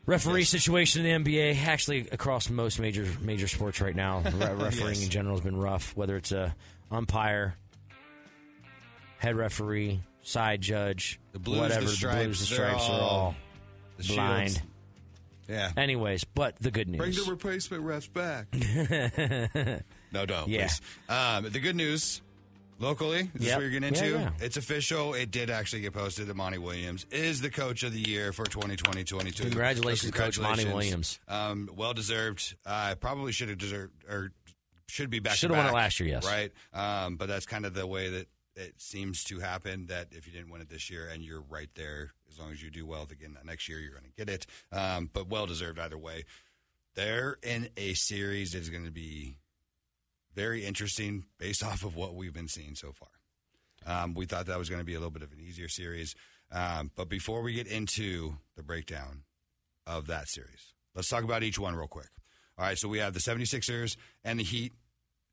D: referee situation in the NBA. Actually, across most major major sports right now, re- refereeing in general has been rough. Whether it's a umpire, head referee, side judge,
E: The Blues, the
D: whatever, the
E: Stripes,
D: blues, the
E: they're
D: stripes are
E: all
D: all
E: The
D: blind.
E: Shields. Yeah.
D: Anyways, but the good news.
E: Bring the replacement refs back. no, don't.
D: Yeah.
E: Please. Um, the good news locally, is this
D: Yep.
E: what you're getting
D: Yeah,
E: into?
D: yeah.
E: It's official. It did actually get posted that Monty Williams is the coach of the year for 2020 22.
D: Congratulations, Coach Monty Williams.
E: Um, well deserved. Uh, probably should have deserved or should be back.
D: Should have won it last year, yes.
E: Right. Um, but that's kind of the way that it seems to happen that if you didn't win it this year and you're right there, as long as you do well again next year, you're going to get it. Um, but well deserved either way. They're in a series that is going to be very interesting based off of what we've been seeing so far. Um, we thought that was going to be a little bit of an easier series. Um, but before we get into the breakdown of that series, let's talk about each one real quick. All right, so we have the 76ers and the Heat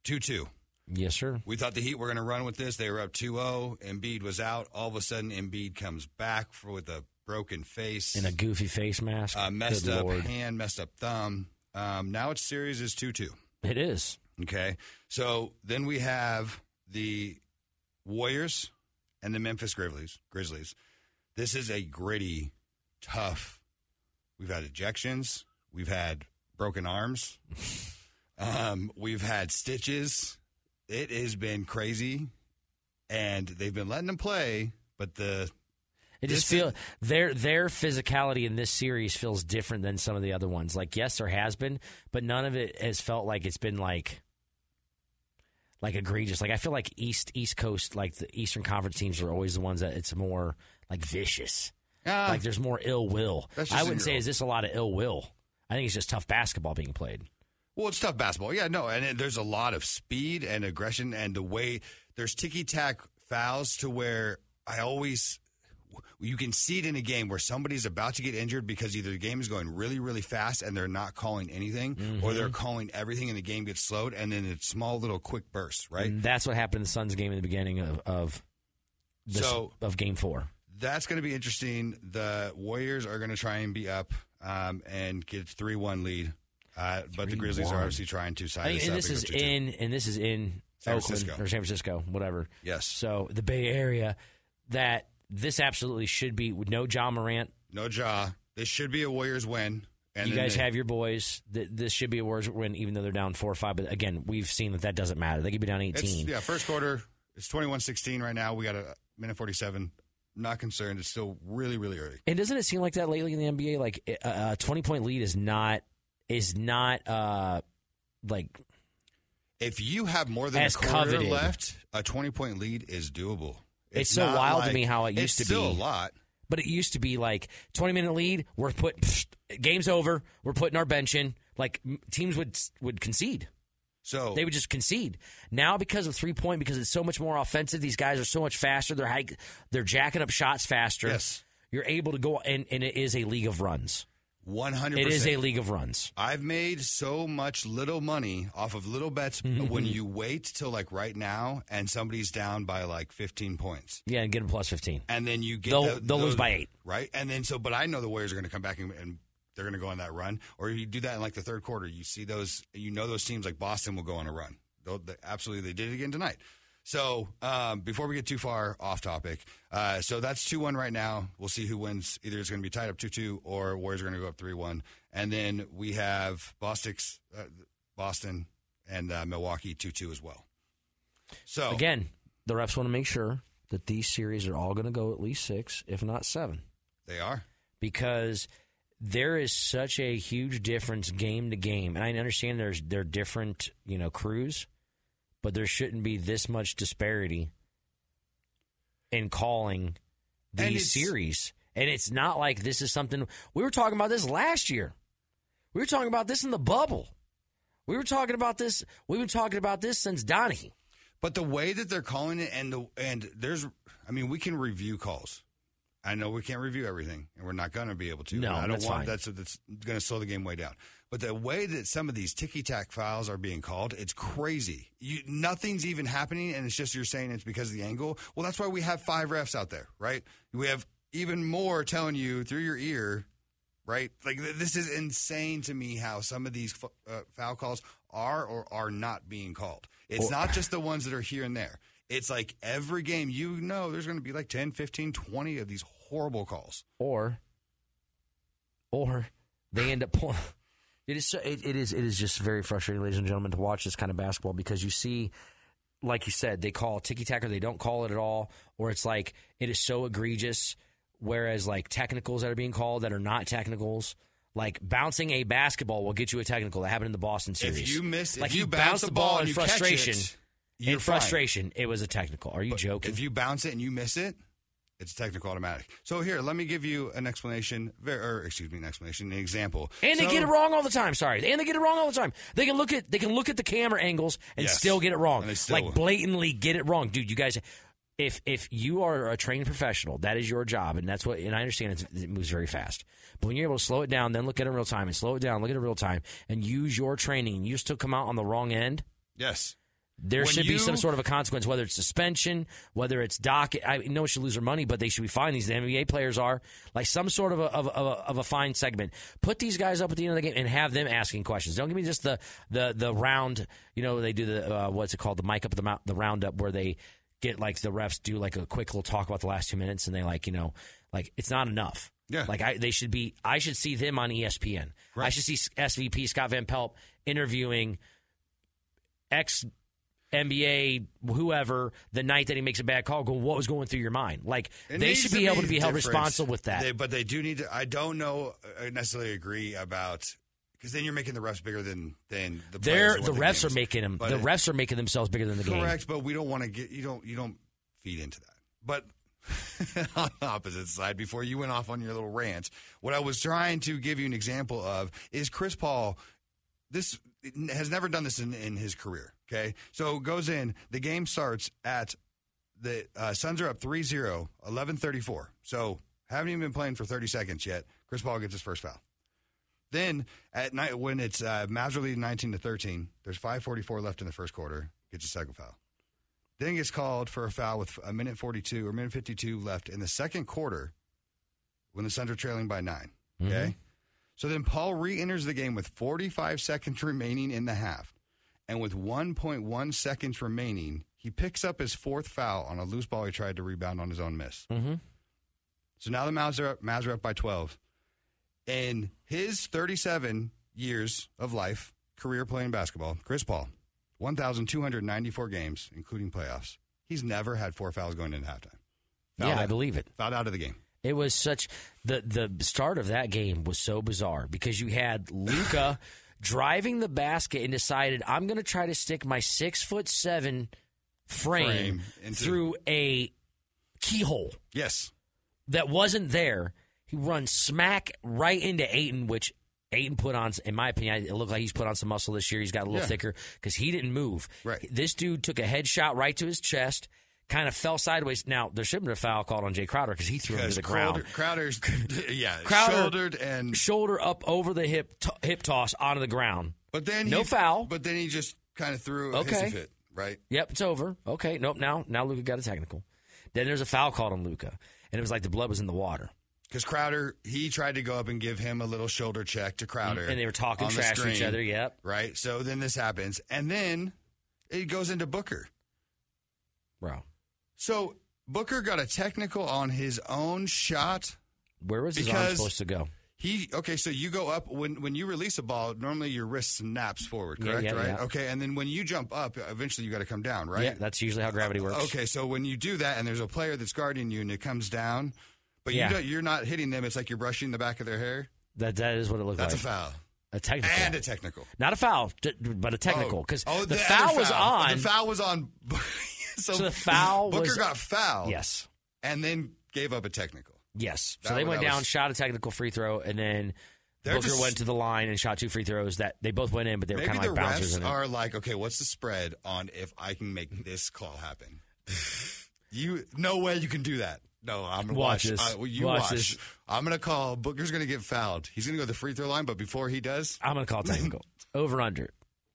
E: 2 2.
D: Yes, sir.
E: We thought the Heat were going to run with this. They were up 2 0. Embiid was out. All of a sudden, Embiid comes back for, with a broken face
D: In a goofy face mask.
E: uh, messed
D: Good
E: up
D: Lord.
E: hand, messed up thumb. Um, now its series is 2 2.
D: It is.
E: Okay. So then we have the Warriors and the Memphis Grizzlies. Grizzlies. This is a gritty, tough. We've had ejections. We've had broken arms. um, we've had stitches. It has been crazy, and they've been letting them play. But the
D: It just
E: This is-
D: feel their their physicality in this series feels different than some of the other ones. Like yes, there has been, but none of it has felt like it's been like like egregious. Like I feel like East East Coast, like the Eastern Conference teams are always the ones that it's more like vicious.
E: Ah,
D: like there's more ill will.
E: That's just
D: I wouldn't say
E: in your-
D: is this a lot of ill will. I think it's just tough basketball being played.
E: Well, it's tough basketball. Yeah, no, and it- there's a lot of speed and aggression, and the way there's ticky tack fouls to where I always you can see it in a game where somebody's about to get injured because either the game is going really really fast and they're not calling anything,
D: Mm-hmm.
E: or they're calling everything and the game gets slowed, and then it's small little quick bursts, right?
D: And that's what happened in the Suns game in the beginning of of this,
E: So-
D: of game four.
E: That's going to be interesting. The Warriors are going to try and be up um, and get three one lead, uh, but the Grizzlies are
D: 3-1.
E: obviously trying to
D: I
E: side
D: mean,
E: this
D: and
E: up
D: this
E: and go
D: is
E: 2-2.
D: in and this is in
E: San
D: Oakland
E: Francisco.
D: or San Francisco, whatever.
E: Yes.
D: So the Bay Area that this absolutely should be no John Morant.
E: No jaw. This should be a Warriors win. And
D: you
E: then
D: guys
E: they-
D: have your boys. Th- This should be a Warriors win, even though they're down four or five. But again, we've seen that that doesn't matter. They could be down
E: it's,
D: eighteen.
E: yeah, first quarter. It's 21-16 right now. We got a minute 47. Not concerned. It's still really, really early.
D: And doesn't it seem like that lately in the NBA? Like a a twenty point lead is not is not uh like
E: If you have more than
D: As
E: a quarter
D: coveted.
E: left, a 20-point lead is doable.
D: It's so
E: not
D: wild to me how it
E: it's
D: used to
E: still
D: be.
E: a lot.
D: But it used to be like 20 minute lead, we're put pfft, game's over, we're putting our bench in. Like m- teams would would concede.
E: So
D: They would just concede. Now because of three point because it's so much more offensive, these guys are so much faster, they're hike, they're jacking up shots faster.
E: Yes.
D: You're able to go and, and it is a league of runs.
E: 100%.
D: It is a league of runs.
E: I've made so much little money off of little bets when
D: Mm-hmm.
E: you wait till like right now and somebody's down by like 15 points.
D: Yeah, and get them plus 15.
E: and then you get
D: They'll-
E: the-
D: they'll lose
E: those-
D: by eight.
E: right? And then so, but I know the Warriors are going to come back and, and they're going to go on that run, or you do that in like the third quarter. You see those, you know, those teams like Boston will go on a run. They'll, they, absolutely, they did it again tonight. So um, before we get too far off topic, uh, so that's two one right now. We'll see who wins. Either it's going to be tied up two two, or Warriors are going to go up three one, and then we have Bostic's, uh, Boston and uh, Milwaukee two two as well. So
D: Again, the refs want to make sure that these series are all going to go at least six, if not seven,
E: they are.
D: because there is such a huge difference game to game. And I understand there's they're different, you know, crews, but there shouldn't be this much disparity in calling
E: And
D: these
E: it's-
D: series. And it's not like this is something we were talking about this last year. We were talking about this in the bubble. We were talking about this. We've been talking about this since Donahue.
E: But the way that they're calling it, and the and there's, I mean, we can review calls. I know we can't review everything, and we're not going to be able to.
D: No,
E: I don't
D: that's
E: want
D: fine.
E: that's that's going to slow the game way down. But the way that some of these ticky tack files are being called, it's crazy. You, nothing's even happening, and it's just you're saying it's because of the angle. Well, that's why we have five refs out there, right? We have even more telling you through your ear right? Like th- this is insane to me how some of these f- uh, foul calls are or are not being called. It's not just the ones that are here and there. It's like every game you know there's going to be like 10, 15, 20 of these horrible calls.
D: or or they end up pulling. It is so, it, it is it is just very frustrating, ladies and gentlemen, to watch this kind of basketball because you see, like you said, they call ticky tack or they don't call it at all, or it's like it is so egregious. Whereas like technicals that are being called that are not technicals, like bouncing a basketball will get you a technical. That happened in the Boston series.
E: If you miss,
D: like
E: if you,
D: he
E: bounce
D: bounced
E: the ball and
D: in
E: you catch
D: frustration,
E: it, you're
D: in
E: fine.
D: frustration, it was a technical. Are you
E: But
D: joking?
E: If you bounce it and you miss it, it's technical automatic. So here, let me give you an explanation, ver- or excuse me, an explanation, an example.
D: And they
E: So-
D: get it wrong all the time. Sorry, and they get it wrong all the time. They can look at they can look at the camera angles and
E: Yes.
D: still get it
E: And
D: wrong,
E: they still-
D: like blatantly get it wrong, dude. You guys, if if you are a trained professional, that is your job, and that's what. And I understand it's, it moves very fast, but when you're able to slow it down, then look at it in real time, and slow it down, look at it in real time, and use your training, and you still come out on the wrong end.
E: Yes.
D: There
E: When
D: should be some
E: you-
D: sort of a consequence, whether it's suspension, whether it's docket. I know it should lose their money, but they should be fined. These the NBA players are like some sort of a, of, a- of, a, of a fine segment. Put these guys up at the end of the game and have them asking questions. Don't give me just the the the round. You know they do the uh, what's it called the mic up the mou- the roundup where they get like the refs do like a quick little talk about the last two minutes and they like you know like it's not enough.
E: Yeah.
D: Like I, they should be. I should see them on E ESPN. I should see SVP Scott Van Pelt interviewing ex NBA whoever the night that he makes a bad call, go, what was going through your mind? Like
E: It
D: they
E: needs
D: should be, able to be held
E: different.
D: responsible with that.
E: They, but they do need to. I don't know. I necessarily agree about because then you're making the refs bigger than than the
D: They're
E: players.
D: the refs are making them. The
E: refs
D: refs are making themselves bigger than the game.
E: correct, but we don't want to get you don't you don't feed into that. But on the opposite side, before you went off on your little rant, what I was trying to give you an example of is Chris Paul. This has never done this in, in his career. Okay, so goes in. The game starts at the uh, Suns are up 3-0, 11:34. So haven't even been playing for 30 seconds yet. Chris Paul gets his first foul. Then at night when it's uh, Mavs are leading 19 to 13, there's 5:44 left in the first quarter. Gets a second foul. Then gets called for a foul with a minute 42 or minute 52 left in the second quarter when the Suns are trailing by nine.
D: Mm-hmm.
E: Okay. So then Paul re enters the game with 45 seconds remaining in the half. And with 1.1 seconds remaining, he picks up his fourth foul on a loose ball he tried to rebound on his own miss.
D: Mm-hmm.
E: So now the Mavs are up, Mavs are up by 12. In his 37 years of life, career playing basketball, Chris Paul, 1,294 games, including playoffs. He's never had four fouls going into halftime. Fouled
D: Yeah, I
E: out-
D: believe it.
E: Fouled out of the game.
D: It was such the the start of that game was so bizarre because you had Luca driving the basket and decided I'm going to try to stick my six foot seven frame,
E: Frame into-
D: through a keyhole.
E: Yes.
D: that wasn't there. He runs smack right into Aiton, which Aiton put on, in my opinion, it looked like he's put on some muscle this year. He's got a little
E: Yeah.
D: thicker because he didn't move.
E: Right.
D: This dude took a headshot right to his chest, kind of fell sideways. Now, there shouldn't have been a foul called on Jay Crowder because he threw him to
E: Because
D: the ground.
E: Crowder, Crowder's, yeah,
D: Crowder-
E: shouldered and
D: Shoulder up over the hip, to- hip toss onto the ground.
E: but then
D: No
E: he,
D: foul.
E: But then he just kind of threw a
D: Okay.
E: hissy fit, right?
D: Yep, it's over. Okay, nope. Now, now Luca got a technical. Then there's a foul called on Luca, and it was like the blood was in the water.
E: because Crowder he tried to go up and give him a little shoulder check to Crowder,
D: And they were talking
E: on the
D: trash to each
E: screen,
D: other, yep.
E: Right. So then this happens, and then it goes into Booker.
D: bro.
E: So Booker got a technical on his own shot.
D: Where was his arm
E: Because-
D: supposed to go?
E: He okay, so you go up when when you release a ball. Normally, your wrist snaps forward,
D: Yeah,
E: correct?
D: yeah,
E: right?
D: yeah.
E: Okay, and then when you jump up, eventually you got to come down, right?
D: Yeah, that's usually how gravity works.
E: Okay, so when you do that, and there's a player that's guarding you, and it comes down, but
D: Yeah.
E: you don't, you're not hitting them. It's like you're brushing the back of their hair.
D: That that is what it looked
E: That's
D: like.
E: a foul
D: A technical.
E: and a technical.
D: Not a foul, d- but a technical because
E: Oh,
D: the,
E: other
D: foul was on.
E: The foul was on. so,
D: So the foul
E: Booker
D: was-
E: got fouled.
D: Yes,
E: and then gave up a technical.
D: yes. So
E: That
D: they
E: was-
D: went
E: that
D: down,
E: was-
D: shot a technical free throw, and then
E: They're
D: Booker
E: just-
D: went to the line and shot two free throws. That they both went in, but they were
E: Maybe
D: kind of
E: the
D: like bouncers.
E: refs
D: in it.
E: are like, okay, what's the spread on if I can make this call happen? you no way you can do that. No, I'm gonna
D: Watch
E: watch,
D: this.
E: I- well, you
D: Watch
E: watch.
D: this.
E: I'm gonna call. Booker's gonna get fouled. He's gonna go to the free throw line, but before he does,
D: I'm gonna call it technical. Over under.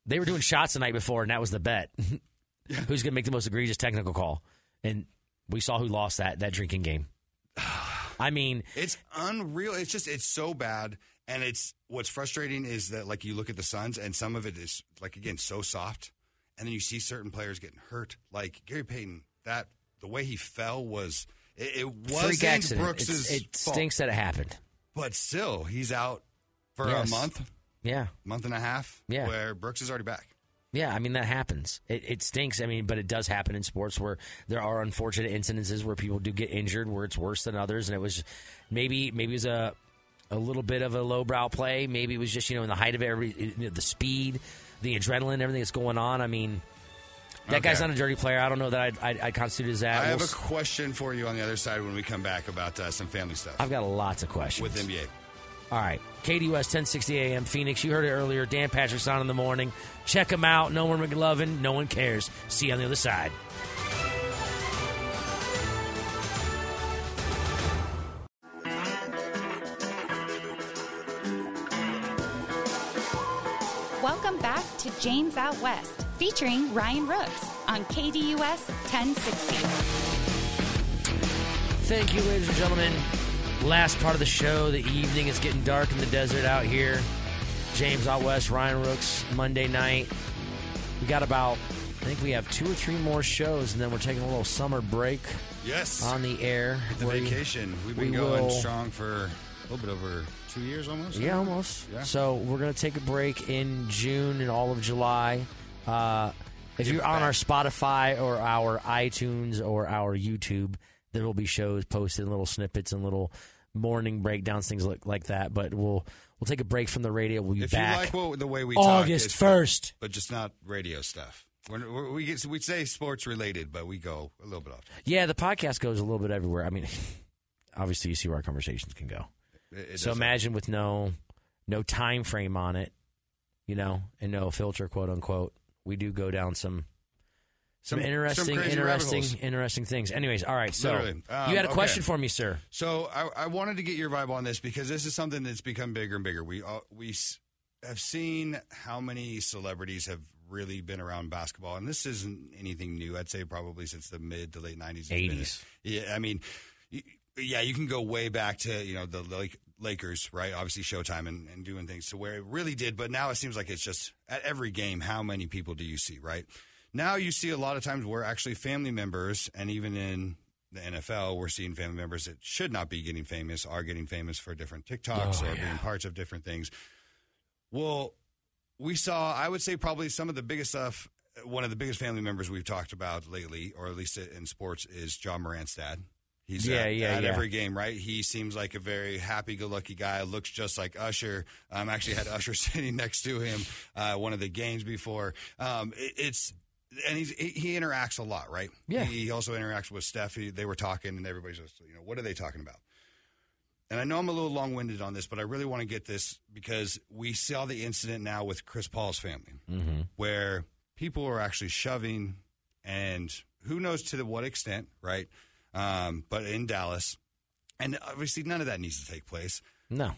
D: They were doing shots the night before, and that was the bet. Who's gonna make the most egregious technical call? And we saw who lost that that drinking game. I mean,
E: It's unreal. It's just it's so bad. And it's what's frustrating is that like you look at the Suns and some of it is like again so soft, and then you see certain players getting hurt. Like Gary Payton, that the way he fell was it, it
D: freak
E: wasn't
D: accident.
E: Brooks's
D: It's- it
E: fault.
D: stinks that it happened.
E: but still he's out for
D: Yes.
E: a month,
D: Yeah,
E: month and a half.
D: Yeah.
E: where Brooks is already back.
D: yeah. I mean, that happens. It, it stinks. I mean, but it does happen in sports where there are unfortunate incidences where people do get injured, where it's worse than others, and it was maybe maybe it was a a little bit of a lowbrow play. Maybe it was just you know in the height of every you know, the speed, the adrenaline, everything that's going on. I mean. That guy's
E: Okay.
D: not a dirty player. I don't know that I'd, I'd, I'd constitute as that.
E: I have
D: We'll
E: a
D: s-
E: question for you on the other side when we come back about uh, some family stuff
D: I've got lots of questions.
E: with NBA.
D: All right. KDUS 1060 AM Phoenix. You heard it earlier. Dan Patrick's on in the morning. Check him out. No one McLovin. No one cares. See you on the other side.
C: Welcome back to James Out West, featuring Ryan Rooks on KDUS 1060.
D: Thank you, ladies and gentlemen. Last part of the show, the evening. It's getting dark in the desert out here. James out west, Ryan Rooks, Monday night. We got about, I think we have two or three more shows, and then we're taking a little summer break
E: Yes,
D: on the air.
E: the
D: Where you-
E: vacation. We've been
D: we
E: going
D: will-
E: strong for a little bit over two years almost.
D: Yeah, almost.
E: Yeah.
D: So we're gonna take a break in June and all of July. Uh, if
E: Give
D: you're
E: it
D: on
E: back.
D: our Spotify or our iTunes or our YouTube, there will be shows posted, and little snippets and little morning breakdowns, things like, like that. But we'll we'll take a break from the radio. We'll be
E: If you
D: back
E: like what, the way we
D: August
E: talk, it's-
D: first.
E: but just not radio stuff. We're, we're, we get, we say sports related, but we go a little bit off.
D: Yeah, the podcast goes a little bit everywhere. I mean, obviously, you see where our conversations can go.
E: It- it
D: so
E: does
D: imagine with no no time frame on it, you know, and no filter, quote unquote. We do go down some some,
E: Some- some
D: interesting,
E: crazy rabbit
D: interesting,
E: holes.
D: interesting things. Anyways, all right. So
E: Literally. Um,
D: you had a
E: okay.
D: question for me, sir.
E: So I, I wanted to get your vibe on this because this is something that's become bigger and bigger. We uh, we s- have seen how many celebrities have really been around basketball, and this isn't anything new. I'd say probably since the mid to late nineties,
D: 80s.
E: Yeah, I mean, y- yeah, you can go way back to you know the Lake, Lakers, right? Obviously, Showtime and, and doing things to where it really did, but now it seems like it's just at every game. How many people do you see, right? Now you see a lot of times where actually family members, and even in the NFL, we're seeing family members that should not be getting famous are getting famous for different TikToks
D: Oh,
E: or
D: yeah.
E: being parts of different things. Well, we saw, I would say, probably some of the biggest stuff. One of the biggest family members we've talked about lately, or at least in sports, is John Morant's dad. He's
D: Yeah,
E: at,
D: yeah,
E: at
D: yeah.
E: every game, right? He seems like a very happy-go-lucky guy. Looks just like Usher. Um, actually had Usher sitting next to him uh, one of the games before. Um, it- it's and he's, he, he interacts a lot, right?
D: Yeah.
E: He, he also interacts with Steph. He, they were talking, and everybody's just, you know, what are they talking about? And I know I'm a little long winded on this, but I really want to get this because we saw the incident now with Chris Paul's family
D: Mm-hmm.
E: where people are actually shoving, and who knows to what extent, right? Um, but in Dallas. And obviously, none of that needs to take place.
D: No,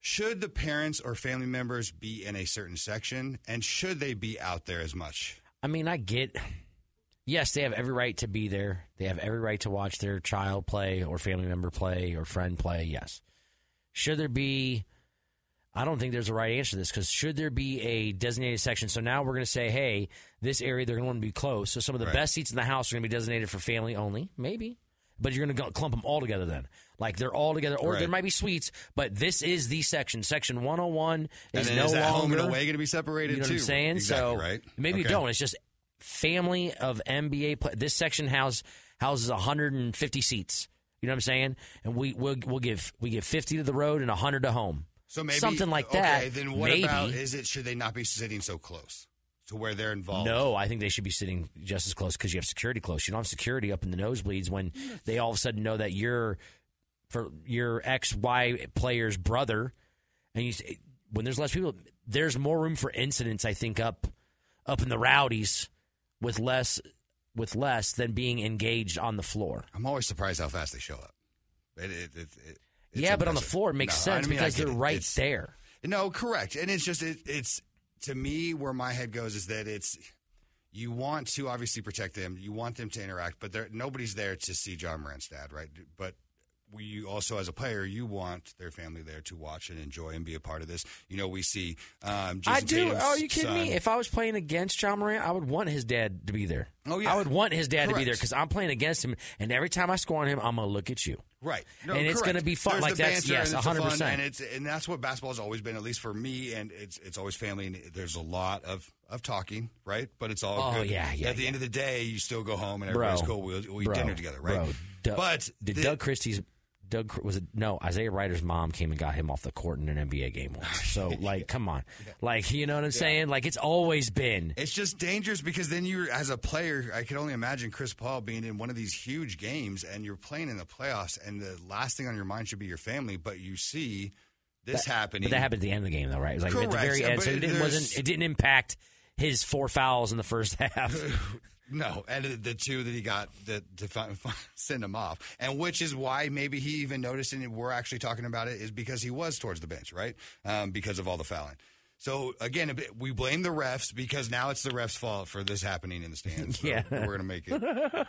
E: Should the parents or family members be in a certain section, and should they be out there as much?
D: I mean I get yes, they have every right to be there. They have every right to watch their child play or family member play or friend play. Yes. Should there be, I don't think there's a right answer to this because should there be a designated section? So now we're going to say, hey, this area, they're going to be closed. So some of the
E: Right.
D: best seats in the house are going to be designated for family only. Maybe. But you're going to clump them all together then. Like they're all together, or there
E: Right.
D: might be suites, but this is the section. Section 101
E: And
D: is
E: then
D: no
E: is that home
D: longer
E: and away going to be separated
D: you know
E: too?
D: what I'm saying?
E: Exactly,
D: so
E: right.
D: maybe you
E: Okay.
D: don't. It's just family of NBA. Play- this section house houses 150 seats. You know what I'm saying? And we we'll, we'll give we give 50 to the road and 100 to home.
E: So maybe
D: something like
E: okay,
D: that.
E: Then what
D: maybe.
E: about is it? Should they not be sitting so close to where they're involved?
D: No, I think they should be sitting just as close because you have security close. You don't have security up in the nosebleeds when they all of a sudden know that you're for your X Y player's brother, and you say, when there's less people, there's more room for incidents. I think up up in the rowdies with less with less than being engaged on the floor.
E: I'm always surprised how fast they show up. It, it, it, it- it's
D: yeah, but on the
E: impressive.
D: floor it makes
E: No, I
D: sense
E: mean, I
D: because
E: get
D: they're
E: it.
D: right
E: It's-
D: there.
E: No, correct. And it's just it, it's to me where my head goes is that it's you want to obviously protect them, you want them to interact, but there nobody's there to see John Morant's dad, right? But we you also as a player, you want their family there to watch and enjoy and be a part of this. You know, we see um, Jason
D: I do.
E: Tatum's
D: Oh, are you kidding me?
E: son-
D: If I was playing against John Moran, I would want his dad to be there.
E: Oh, yeah.
D: I would want his dad to be
E: Correct.
D: there because I'm playing against him, and every time I score on him, I'm gonna look at you.
E: Right,
D: And it's
E: correct.
D: gonna be fun.
E: There's
D: Like,
E: the
D: that's-
E: banter
D: yes,
E: and it's the fun,
D: 100%.
E: And it's and that's what basketball's always been, at least for me. And it's it's always family. And there's a lot of of talking, right? But it's all
D: Oh,
E: good.
D: yeah, yeah,
E: At the
D: yeah.
E: end of the day, you still go home and
D: Bro.
E: everybody's cool. We'll, we'll eat
D: Bro,
E: dinner together, right?
D: Bro, Du-
E: but
D: did
E: the-
D: Doug Christie's Doug was it? No, Isaiah Ryder's mom came and got him off the court in an NBA game once. So like, come on, like you know what I'm saying? Like it's always been.
E: It's just dangerous because then you, as a player, I can only imagine Chris Paul being in one of these huge games, and you're playing in the playoffs, and the last thing on your mind should be your family. But you see this happening.
D: But that happened at the end of the game, though, right? It was like at the
E: Correct.
D: very end, so
E: But
D: it didn't,
E: there's-
D: wasn't. It didn't impact his four fouls in the first half.
E: No, and the- the two that he got that to fi- send him off, and which is why maybe he even noticed, and we're actually talking about it, is because he was towards the bench, right? Um, because of all the fouling. So again, a bit- we blame the refs because now it's the refs' fault for this happening in the stands. So
D: Yeah.
E: we're gonna make it.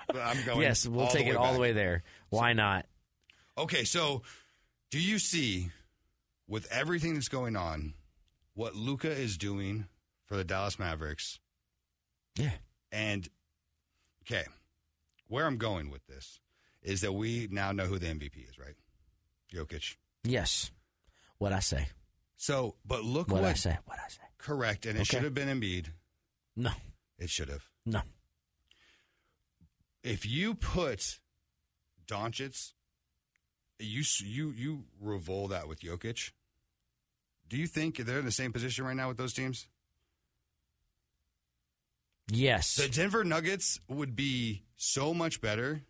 E: I'm going.
D: yes, we'll take it all the
E: back.
D: way there. Why not?
E: Okay, so do you see with everything that's going on what Luca is doing for the Dallas Mavericks?
D: Yeah.
E: And okay, where I'm going with this is that we now know who the MVP is, right? Jokic.
D: Yes. What I say?
E: So, but look
D: What
E: what
D: I say? What I say?
E: correct, and it
D: Okay.
E: should have been Embiid.
D: No.
E: It should have.
D: No.
E: If you put Doncic, you s- you you revolve that with Jokic. Do you think they're in the same position right now with those teams?
D: Yes.
E: The Denver Nuggets would be so much better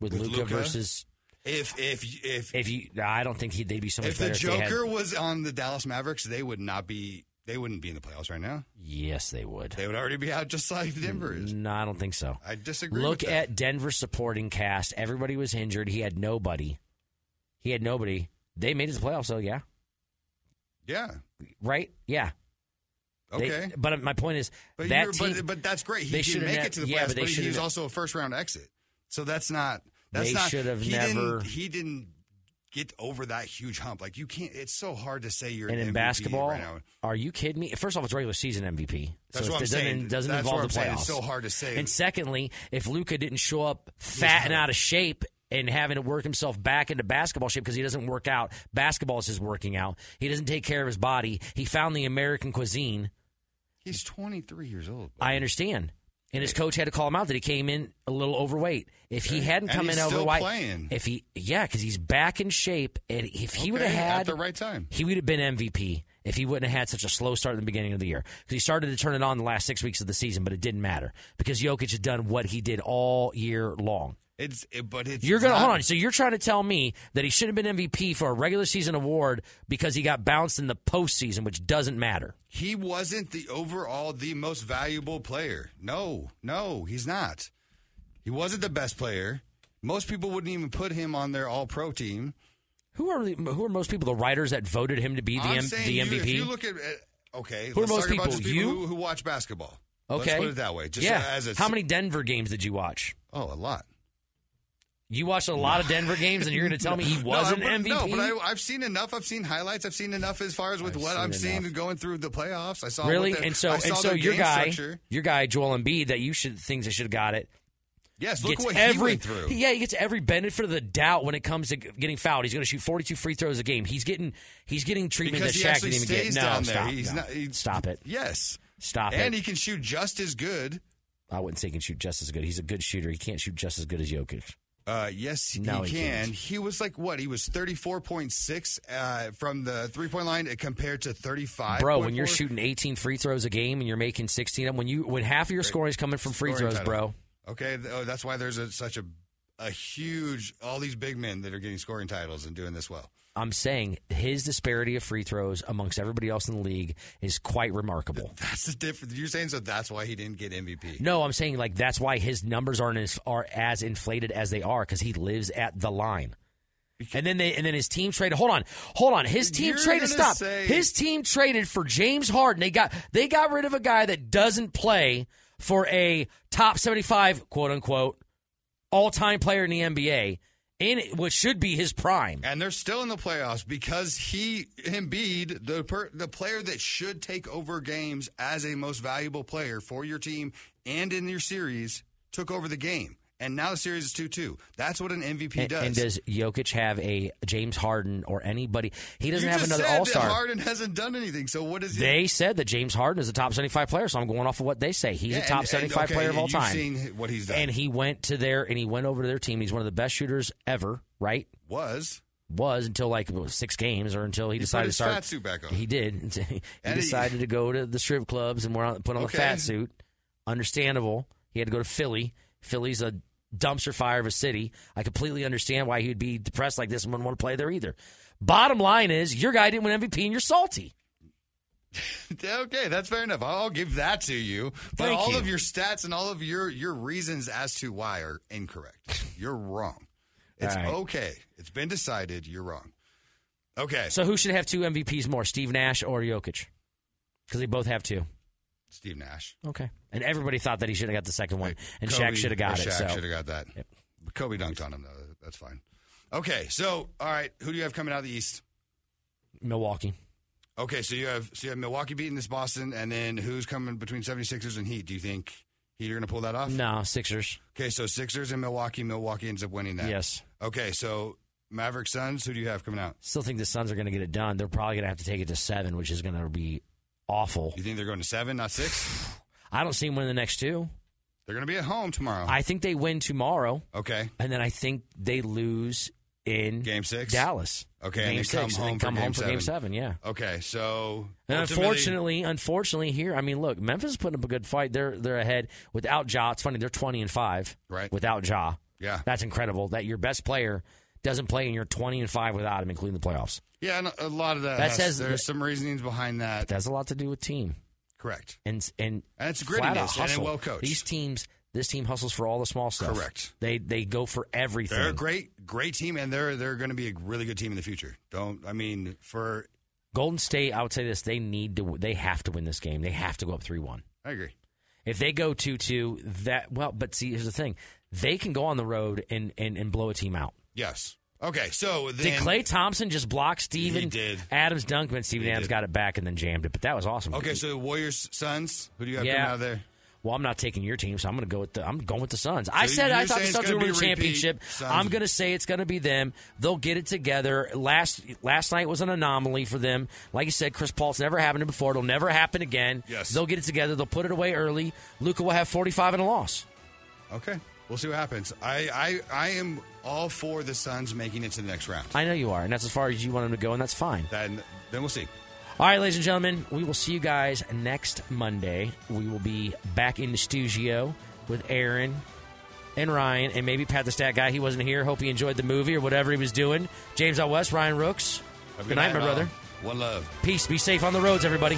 D: with
E: with
D: Luca
E: Luka?
D: versus
E: if if if
D: if you, I don't think he, they'd be so much
E: if the
D: better. if they had-
E: Joker was on the Dallas Mavericks, they would not be. They wouldn't be in the playoffs right now.
D: yes, they would.
E: They would already be out, just like Denver is.
D: No, I don't think so.
E: I disagree.
D: Look
E: with that.
D: at Denver's supporting cast. Everybody was injured. He had nobody. He had nobody. They made it to the playoffs, so yeah.
E: yeah.
D: Right? Yeah. They-
E: Okay,
D: but my point is
E: but,
D: that
E: you're-
D: team,
E: but but that's great. He
D: they
E: didn't
D: should've
E: make
D: ne-
E: it to the playoffs,
D: yeah, but
E: but,
D: they
E: he
D: should've
E: was
D: ne-
E: also a first round exit. So that's not. That's
D: They
E: not.
D: should've
E: he
D: never-
E: Didn't, he didn't get over that huge hump. Like you can't. It's so hard to say you're
D: and
E: an
D: in
E: MVP
D: basketball,
E: Right now.
D: are you kidding me? First off, it's regular season MVP,
E: That's
D: so it
E: what I'm
D: doesn't
E: saying.
D: doesn't
E: That's
D: involve
E: what I'm
D: the
E: saying.
D: playoffs.
E: It's so hard to say.
D: And secondly, if Luca didn't show up fat and out of shape and having to work himself back into basketball shape because he doesn't work out, basketball is his working out. He doesn't take care of his body. He found the American cuisine.
E: He's 23 years old.
D: I understand. And his coach had to call him out that he came in a little overweight. If he hadn't
E: And
D: come
E: he's
D: in
E: still
D: overweight,
E: playing.
D: if he yeah, because he's back in shape, and if he would have
E: Okay,
D: had
E: at the right time.
D: he would have been MVP if he wouldn't have had such a slow start in the beginning of the year. Because he started to turn it on the last six weeks of the season, but it didn't matter because Jokic had done what he did all year long.
E: It's it, but it's
D: You're gonna
E: not-
D: hold on. So you're trying to tell me that he should have been MVP for a regular season award because he got bounced in the postseason, which doesn't matter.
E: he wasn't the overall the most valuable player. No, no, he's not. He wasn't the best player. Most people wouldn't even put him on their All Pro team.
D: Who are the, who are most people the writers that voted him to be the,
E: I'm
D: M-
E: saying
D: the
E: you-
D: MVP?
E: if you look at at- okay,
D: Who are
E: let's
D: most
E: talk about
D: people?
E: just people
D: You?
E: who, who watch basketball.
D: Okay.
E: Let's put it that way. Just
D: yeah.
E: as a-
D: How many Denver games did you watch?
E: Oh, a lot.
D: You watched a lot of Denver games, and you're going to tell me he wasn't
E: no, I-
D: MVP?
E: No, but I, I've seen enough. I've seen highlights. I've seen enough as far as with
D: I've
E: what
D: seen
E: I'm seeing
D: enough.
E: going through the playoffs. I saw
D: really?
E: What the,
D: and so
E: I
D: and
E: saw
D: so
E: their
D: your
E: game
D: guy,
E: structure.
D: your guy Joel Embiid, that you should things that should have got it.
E: Yes, look
D: gets
E: what
D: every
E: he went through.
D: yeah he gets every benefit of the doubt when it comes to g- getting fouled. He's going to shoot 42 free throws a game. He's getting he's getting treatment
E: because he
D: that Shaq
E: actually
D: didn't even
E: stays
D: get. No,
E: down there.
D: stop,
E: He's
D: no.
E: not. he-
D: stop it,
E: Yes,
D: stop it.
E: and he can shoot just as good.
D: I wouldn't say he can shoot just as good. He's a good shooter. He can't shoot just as good as Jokic.
E: Uh, yes,
D: No,
E: he
D: he
E: can.
D: can't.
E: He was like what? He was thirty four point six uh, from the three point line uh, compared to thirty five.
D: Bro, when you're shooting 18 free throws a game and you're making 16 of 'em, when you when half of your scoring is coming from free
E: Scoring
D: throws,
E: title.
D: bro.
E: Okay, th- oh, that's why there's a, such a a huge all these big men that are getting scoring titles and doing this well.
D: I'm saying his disparity of free throws amongst everybody else in the league is quite remarkable.
E: That's the difference. You're saying so? That's why he didn't get MVP.
D: No, I'm saying like that's why his numbers aren't as are as inflated as they are because he lives at the line. And then they and then his team traded. Hold on, hold on. His team
E: You're
D: traded.
E: gonna
D: Stop.
E: say-
D: His team traded for James Harden. They got they got rid of a guy that doesn't play for a top seventy five quote unquote all time player in the NBA in what should be his prime.
E: And they're still in the playoffs because he Embiid, the per, the player that should take over games as a most valuable player for your team and in your series, took over the game. And now the series is two two. That's what an MVP
D: And,
E: does.
D: and does Jokic have a James Harden or anybody? He doesn't
E: you
D: have
E: just
D: another
E: said
D: All Star.
E: That Harden hasn't done anything. So what is
D: They said that James Harden is a top 75 player, so I'm going off of what they say. He's
E: Yeah,
D: a top
E: and-
D: 75
E: and, okay,
D: player of all
E: you've
D: time.
E: Seen what he's done
D: and he went to their and he went over to their team. He's one of the best shooters ever, right?
E: was.
D: Was until like what, six games or until he,
E: He put
D: decided
E: his
D: to start.
E: fat suit back on.
D: He did. he
E: And he-
D: decided to go to the strip clubs and wear on, put on
E: Okay.
D: the fat suit. Understandable. He had to go to Philly. Philly's a dumpster fire of a city. I completely understand why he would be depressed like this and wouldn't want to play there either. Bottom line is, your guy didn't win MVP and you're salty.
E: okay, that's fair enough. I'll give that to you. But
D: Thank
E: all
D: you.
E: of your stats and all of your your reasons as to why are incorrect. You're wrong. It's
D: All right.
E: okay. It's been decided. You're wrong. Okay,
D: So who should have two MVPs more, Steve Nash or Jokic? Because they both have two.
E: Steve Nash.
D: Okay. And everybody thought that he should have got the second one, and
E: Kobe-
D: Shaq should have got
E: or
D: it. So
E: Shaq should have got that.
D: Yep.
E: Kobe dunked on him though. That's fine. Okay, so all right, who do you have coming out of the East?
D: Milwaukee,
E: Okay, so you have so you have Milwaukee beating this Boston, and then who's coming between 76ers and Heat? Do you think Heat are going to pull that off?
D: no Sixers,
E: Okay, so Sixers and Milwaukee. Milwaukee ends up winning that.
D: yes.
E: Okay, so Maverick Suns, who do you have coming out?
D: Still think the Suns are going to get it done. They're probably going to have to take it to seven, which is going to be awful.
E: You think they're going to seven, not six?
D: I don't see them winning the next two.
E: They're going to be at home tomorrow.
D: I think they win tomorrow,
E: okay,
D: and then I think they lose in
E: game six.
D: Dallas.
E: Okay, and
D: game
E: they come
D: six,
E: home
D: and
E: for
D: then come
E: game
D: home for game seven.
E: seven.
D: Yeah.
E: Okay, so
D: And
E: ultimately-
D: unfortunately, unfortunately, here I mean, look, Memphis is putting up a good fight. They're they're ahead without Ja. It's funny they're twenty and five,
E: Right. Ah.
D: Without Ja,
E: yeah,
D: that's incredible. That your best player doesn't play, and you're twenty and five without him, including the playoffs.
E: yeah, and a lot of that.
D: That
E: has-
D: says-
E: there's some reasonings behind that.
D: That has a lot to do with team
E: Correct.
D: and and
E: And it's
D: flat out
E: grittiness and
D: hustle.
E: well coached.
D: These teams, this team hustles for all the small stuff.
E: Correct.
D: They they go for everything.
E: They're a great, great team, and they're they're going to be a really good team in the future. Don't I mean for?
D: Golden State, I would say this: they need to, they have to win this game. They have to go up three one.
E: I agree.
D: If they go two two, that well, but see, here's the thing: they can go on the road and and, and blow a team out.
E: Yes. Okay. So then,
D: Did Clay Thompson just block Steven
E: He did.
D: Adams dunk when Steven
E: He
D: Adams
E: did.
D: got it back and then jammed it? But that was awesome.
E: Okay, so Warriors Suns. Who do you have
D: Yeah.
E: coming out of there?
D: well, I'm not taking your team, so I'm going to go with the I'm going with the Suns. I
E: So
D: said
E: you're
D: I thought
E: saying
D: the
E: it's
D: Suns
E: gonna
D: were going to
E: be a repeat.
D: championship.
E: Suns-
D: I'm going to say it's going to be them. They'll get it together. Last last night was an anomaly for them. Like you said, Chris Paul's never happened before. It'll never happen again.
E: Yes.
D: They'll get it together. They'll put it away early. Luca will have 45 and a loss.
E: Okay, we'll see what happens. I I, I am all for the Suns making it to the next round.
D: I know you are, and that's as far as you want them to go, and that's fine.
E: Then then we'll see.
D: All right, ladies and gentlemen, we will see you guys next Monday. We will be back in the studio with Aaron and Ryan and maybe Pat the Stat Guy. He wasn't here. Hope he enjoyed the movie or whatever he was doing. James Out West, Ryan Rooks.
E: Have a
D: good night, my
E: all.
D: brother.
E: One love.
D: Peace. Be safe on the roads, everybody.